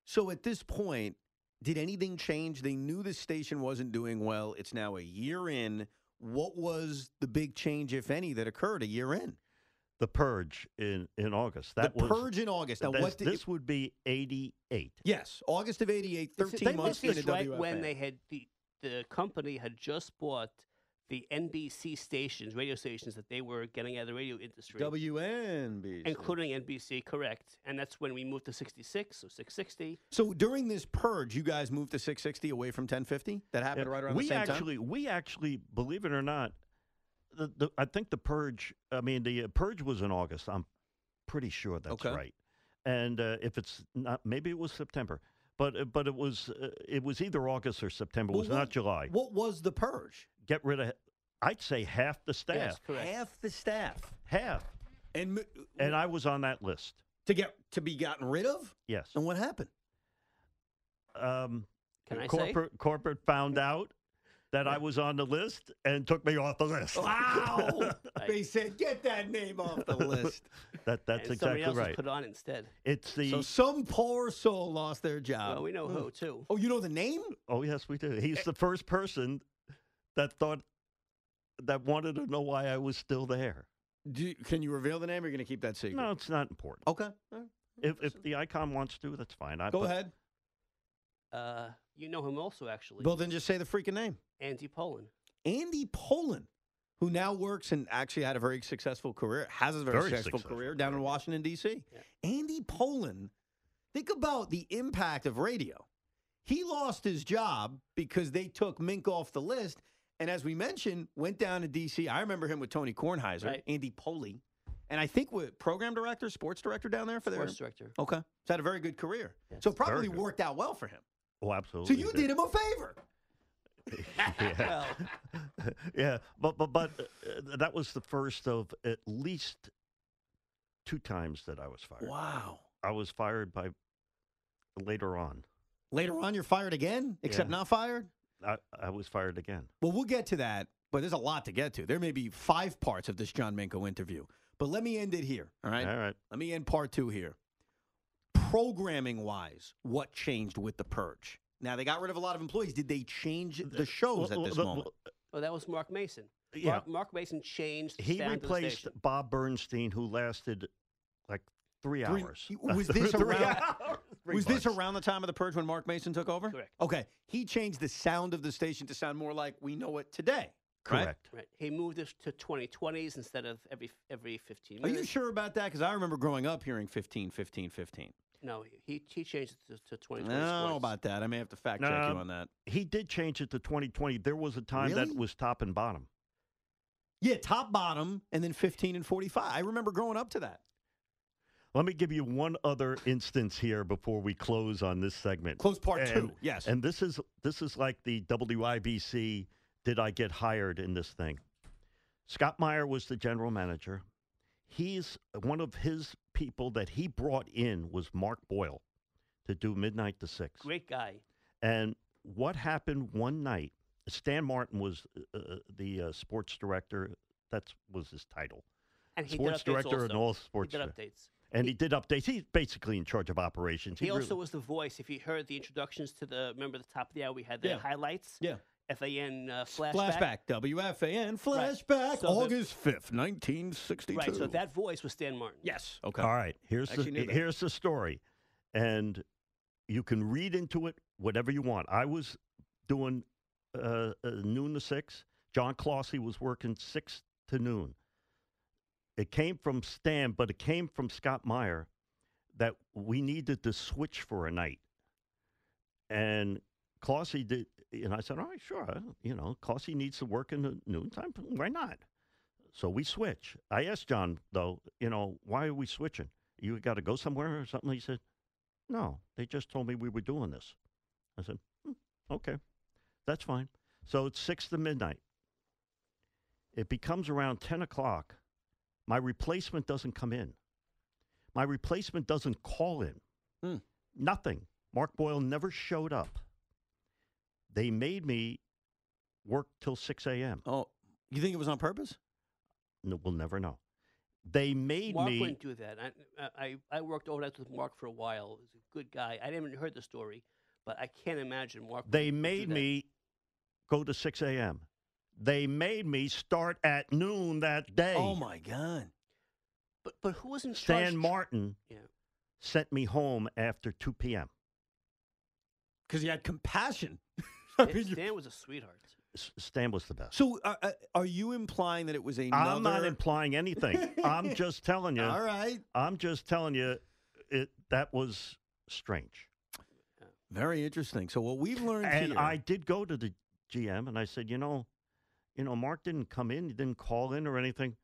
so at this point, did anything change? They knew the station wasn't doing well. It's now a year in. What was the big change, if any, that occurred a year in?
The purge in in August. That
the
was
purge in August. Now,
this,
what did
this would be eighty eight.
Yes, August of '88, 13
they
months
did
in
this
the
right
WFA.
when they had the the company had just bought the NBC stations, radio stations that they were getting out of the radio industry,
WNBC.
including NBC. Correct, and that's when we moved to 66, so 660.
so during this purge, you guys moved to 660 away from 1050. That happened
Yeah,
right around
we
the same time.
actually, We actually, believe it or not, the, the, I think the purge. I mean, the uh, purge was in August. I'm pretty sure that's
Okay.
right. And uh, if it's not, maybe it was September, but uh, but it was uh, it was either August or September. It
Well,
was
what-
not July.
What was the purge?
Get rid of. I'd say half the staff.
Yes, correct.
Half the staff,
Half.
and m-
And I was on that list.
to get to be gotten rid of.
Yes.
And what happened?
Um,
Can I say?
corporate corporate found out that I was on the list and took me off the list.
Wow! (laughs) they said, "Get that name off (laughs) the list."
that that's
and somebody
exactly
else was
right.
put on instead.
It's the
so some poor soul lost their job.
well, we know who too.
oh, you know the name?
Oh yes, we do.
Eh
He's the first person that thought that wanted to know why I was still there.
Do, can you reveal the name? Or are you going to keep that secret?
No, it's not important.
Okay. all right.
If, if the icon wants to, that's fine. I,
Go
but-
ahead.
Uh, you know him also actually,
Well, then just say the freaking name.
Andy Poland.
Andy Poland, who now works and actually had a very successful career, has a very,
Very
successful,
successful
career down in
career.
Washington, D.C. Andy Poland, think about the impact of radio. He lost his job because they took Mink off the list. And as we mentioned, went down to D.C. I remember him with Tony Kornheiser,
Right.
Andy Poley, and I think with program director, sports director down there for their.
Sports
(laughs)
director.
Okay. He's had a very good career. So probably
good.
worked out well for him.
Oh,
So
absolutely.
you did him a favor.
(laughs) yeah. yeah, but but but uh, that was the first of at least two times that I was fired.
Wow.
I was fired by later on.
Later on, you're fired again, except
Yeah.
not fired.
I, I was fired again.
Well, we'll get to that, but there's a lot to get to. There may be five parts of this John Minko interview, but let me end it here. All right.
All right.
Let me end part two here. Programming wise, what changed with the purge? Now they got rid of a lot of employees. Did they change the shows at
Well,
this
the-
moment?
Oh, that was Mark Mason.
Yeah.
Mark, Mark Mason changed. the
He
sound of the
replaced
station.
Bob Bernstein, who lasted like (laughs) three
Three-
hours.
was this around-
hours. Three
Was this
months.
around the time of the purge when Mark Mason took over?
Correct.
Okay. He changed the sound of the station to sound more like we know it today. right?
Correct.
Right. He moved us to 2020s instead of every every 15
Are
minutes.
you sure about that? Because I remember growing up hearing 15, 15, 15.
No, he he changed it to, to
I
2020.
don't know
sports.
about that. I may have to fact check
No.
you on that.
He did change it to 2020. There was a time that
Really?
was top and bottom.
Yeah, top bottom, and then 15 and 45. I remember growing up to that.
Let me give you one other instance here before we close on this segment.
Close part
And-
two. Yes.
And this is this is like the WIBC did I get hired in this thing. Scott Meyer was the general manager. He's one of his people that he brought in was Mark Boyle to do midnight to 6.
Great guy.
And what happened one night? Stan Martin was uh, uh, the uh, sports director. That was his title,
And he
sports
did updates
director and
also.
all sports.
He did
dir-
updates.
and he did updates. He's basically in charge of operations.
He,
really-
also was the voice. If you heard the introductions to the remember the top of the hour, we had the
Yeah.
highlights.
Yeah.
FAN uh, flashback.
Flashback. WFAN. Flashback.
So the-
August 5th, 1962.
Right. So that voice was Stan Martin.
Yes. Okay.
All right, here's
Actually knew
the
that.
here's the story, and you can read into it whatever you want. I was doing uh, uh, noon to six. John Clossy was working six to noon. It came from Stan, but it came from Scott Meyer that we needed to switch for a night, and Clausey did, and I said, all right, sure. You know, Clausey needs to work in the noontime. Why not? So we switch. I asked John, though, you know, why are we switching? You got to go somewhere or something? He said, no, they just told me we were doing this. I said, hmm, okay, that's fine. So it's 6 to midnight. It becomes around 10 o'clock. My replacement doesn't come in. My replacement doesn't call in.
Hmm.
Nothing. Mark Boyle never showed up. They made me work till 6 a.m.
Oh, you think it was on purpose?
No, we'll never know. They made
Mark
me.
wouldn't do that. I- I, I I worked overnights with Mark for a while. He's a good guy. I haven't heard the story, but I can't imagine Mark. would-
They
would do
made
that.
me go to 6 a.m. They made me start at noon that day.
Oh my God!
But but who was in charge?
Stan Martin (laughs)
Yeah.
sent me home after 2 p.m.
Because he had compassion. (laughs) I
Stan,
mean, you-
Stan was a sweetheart.
S- Stan was the best.
so, uh, uh, are you implying that it was another?
I'm not implying anything.
(laughs)
I'm just telling you.
All right.
I'm just telling you, it that was strange.
Very interesting. So, what we've learned
And
here,
I did go to the GM and I said, you know, you know, Mark didn't come in, he didn't call in or anything.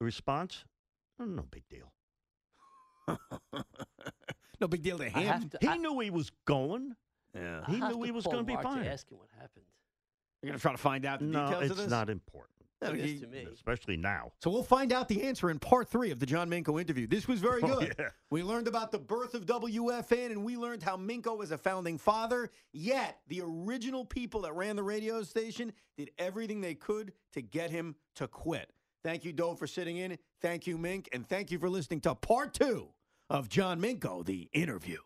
Response? "Oh, No big deal.
(laughs) no big deal to
I have
him.
to-
He
I-
knew he was going.
Yeah.
I
He
have
knew
to
he was
call
going to be
Mark
fine.
To ask him what happened.
You're gonna try to find out the
No,
details
it's
of this.
not important,
No,
It is
you-
to me.
especially now.
So we'll find out the answer in part three of the John Minko interview. This was (laughs) very
Oh,
good.
yeah.
We learned about the birth of WFN and we learned how Minko was a founding father. Yet the original people that ran the radio station did everything they could to get him to quit. Thank you, Doe, for sitting in. Thank you, Mink. And thank you for listening to part two of John Minko, the interview.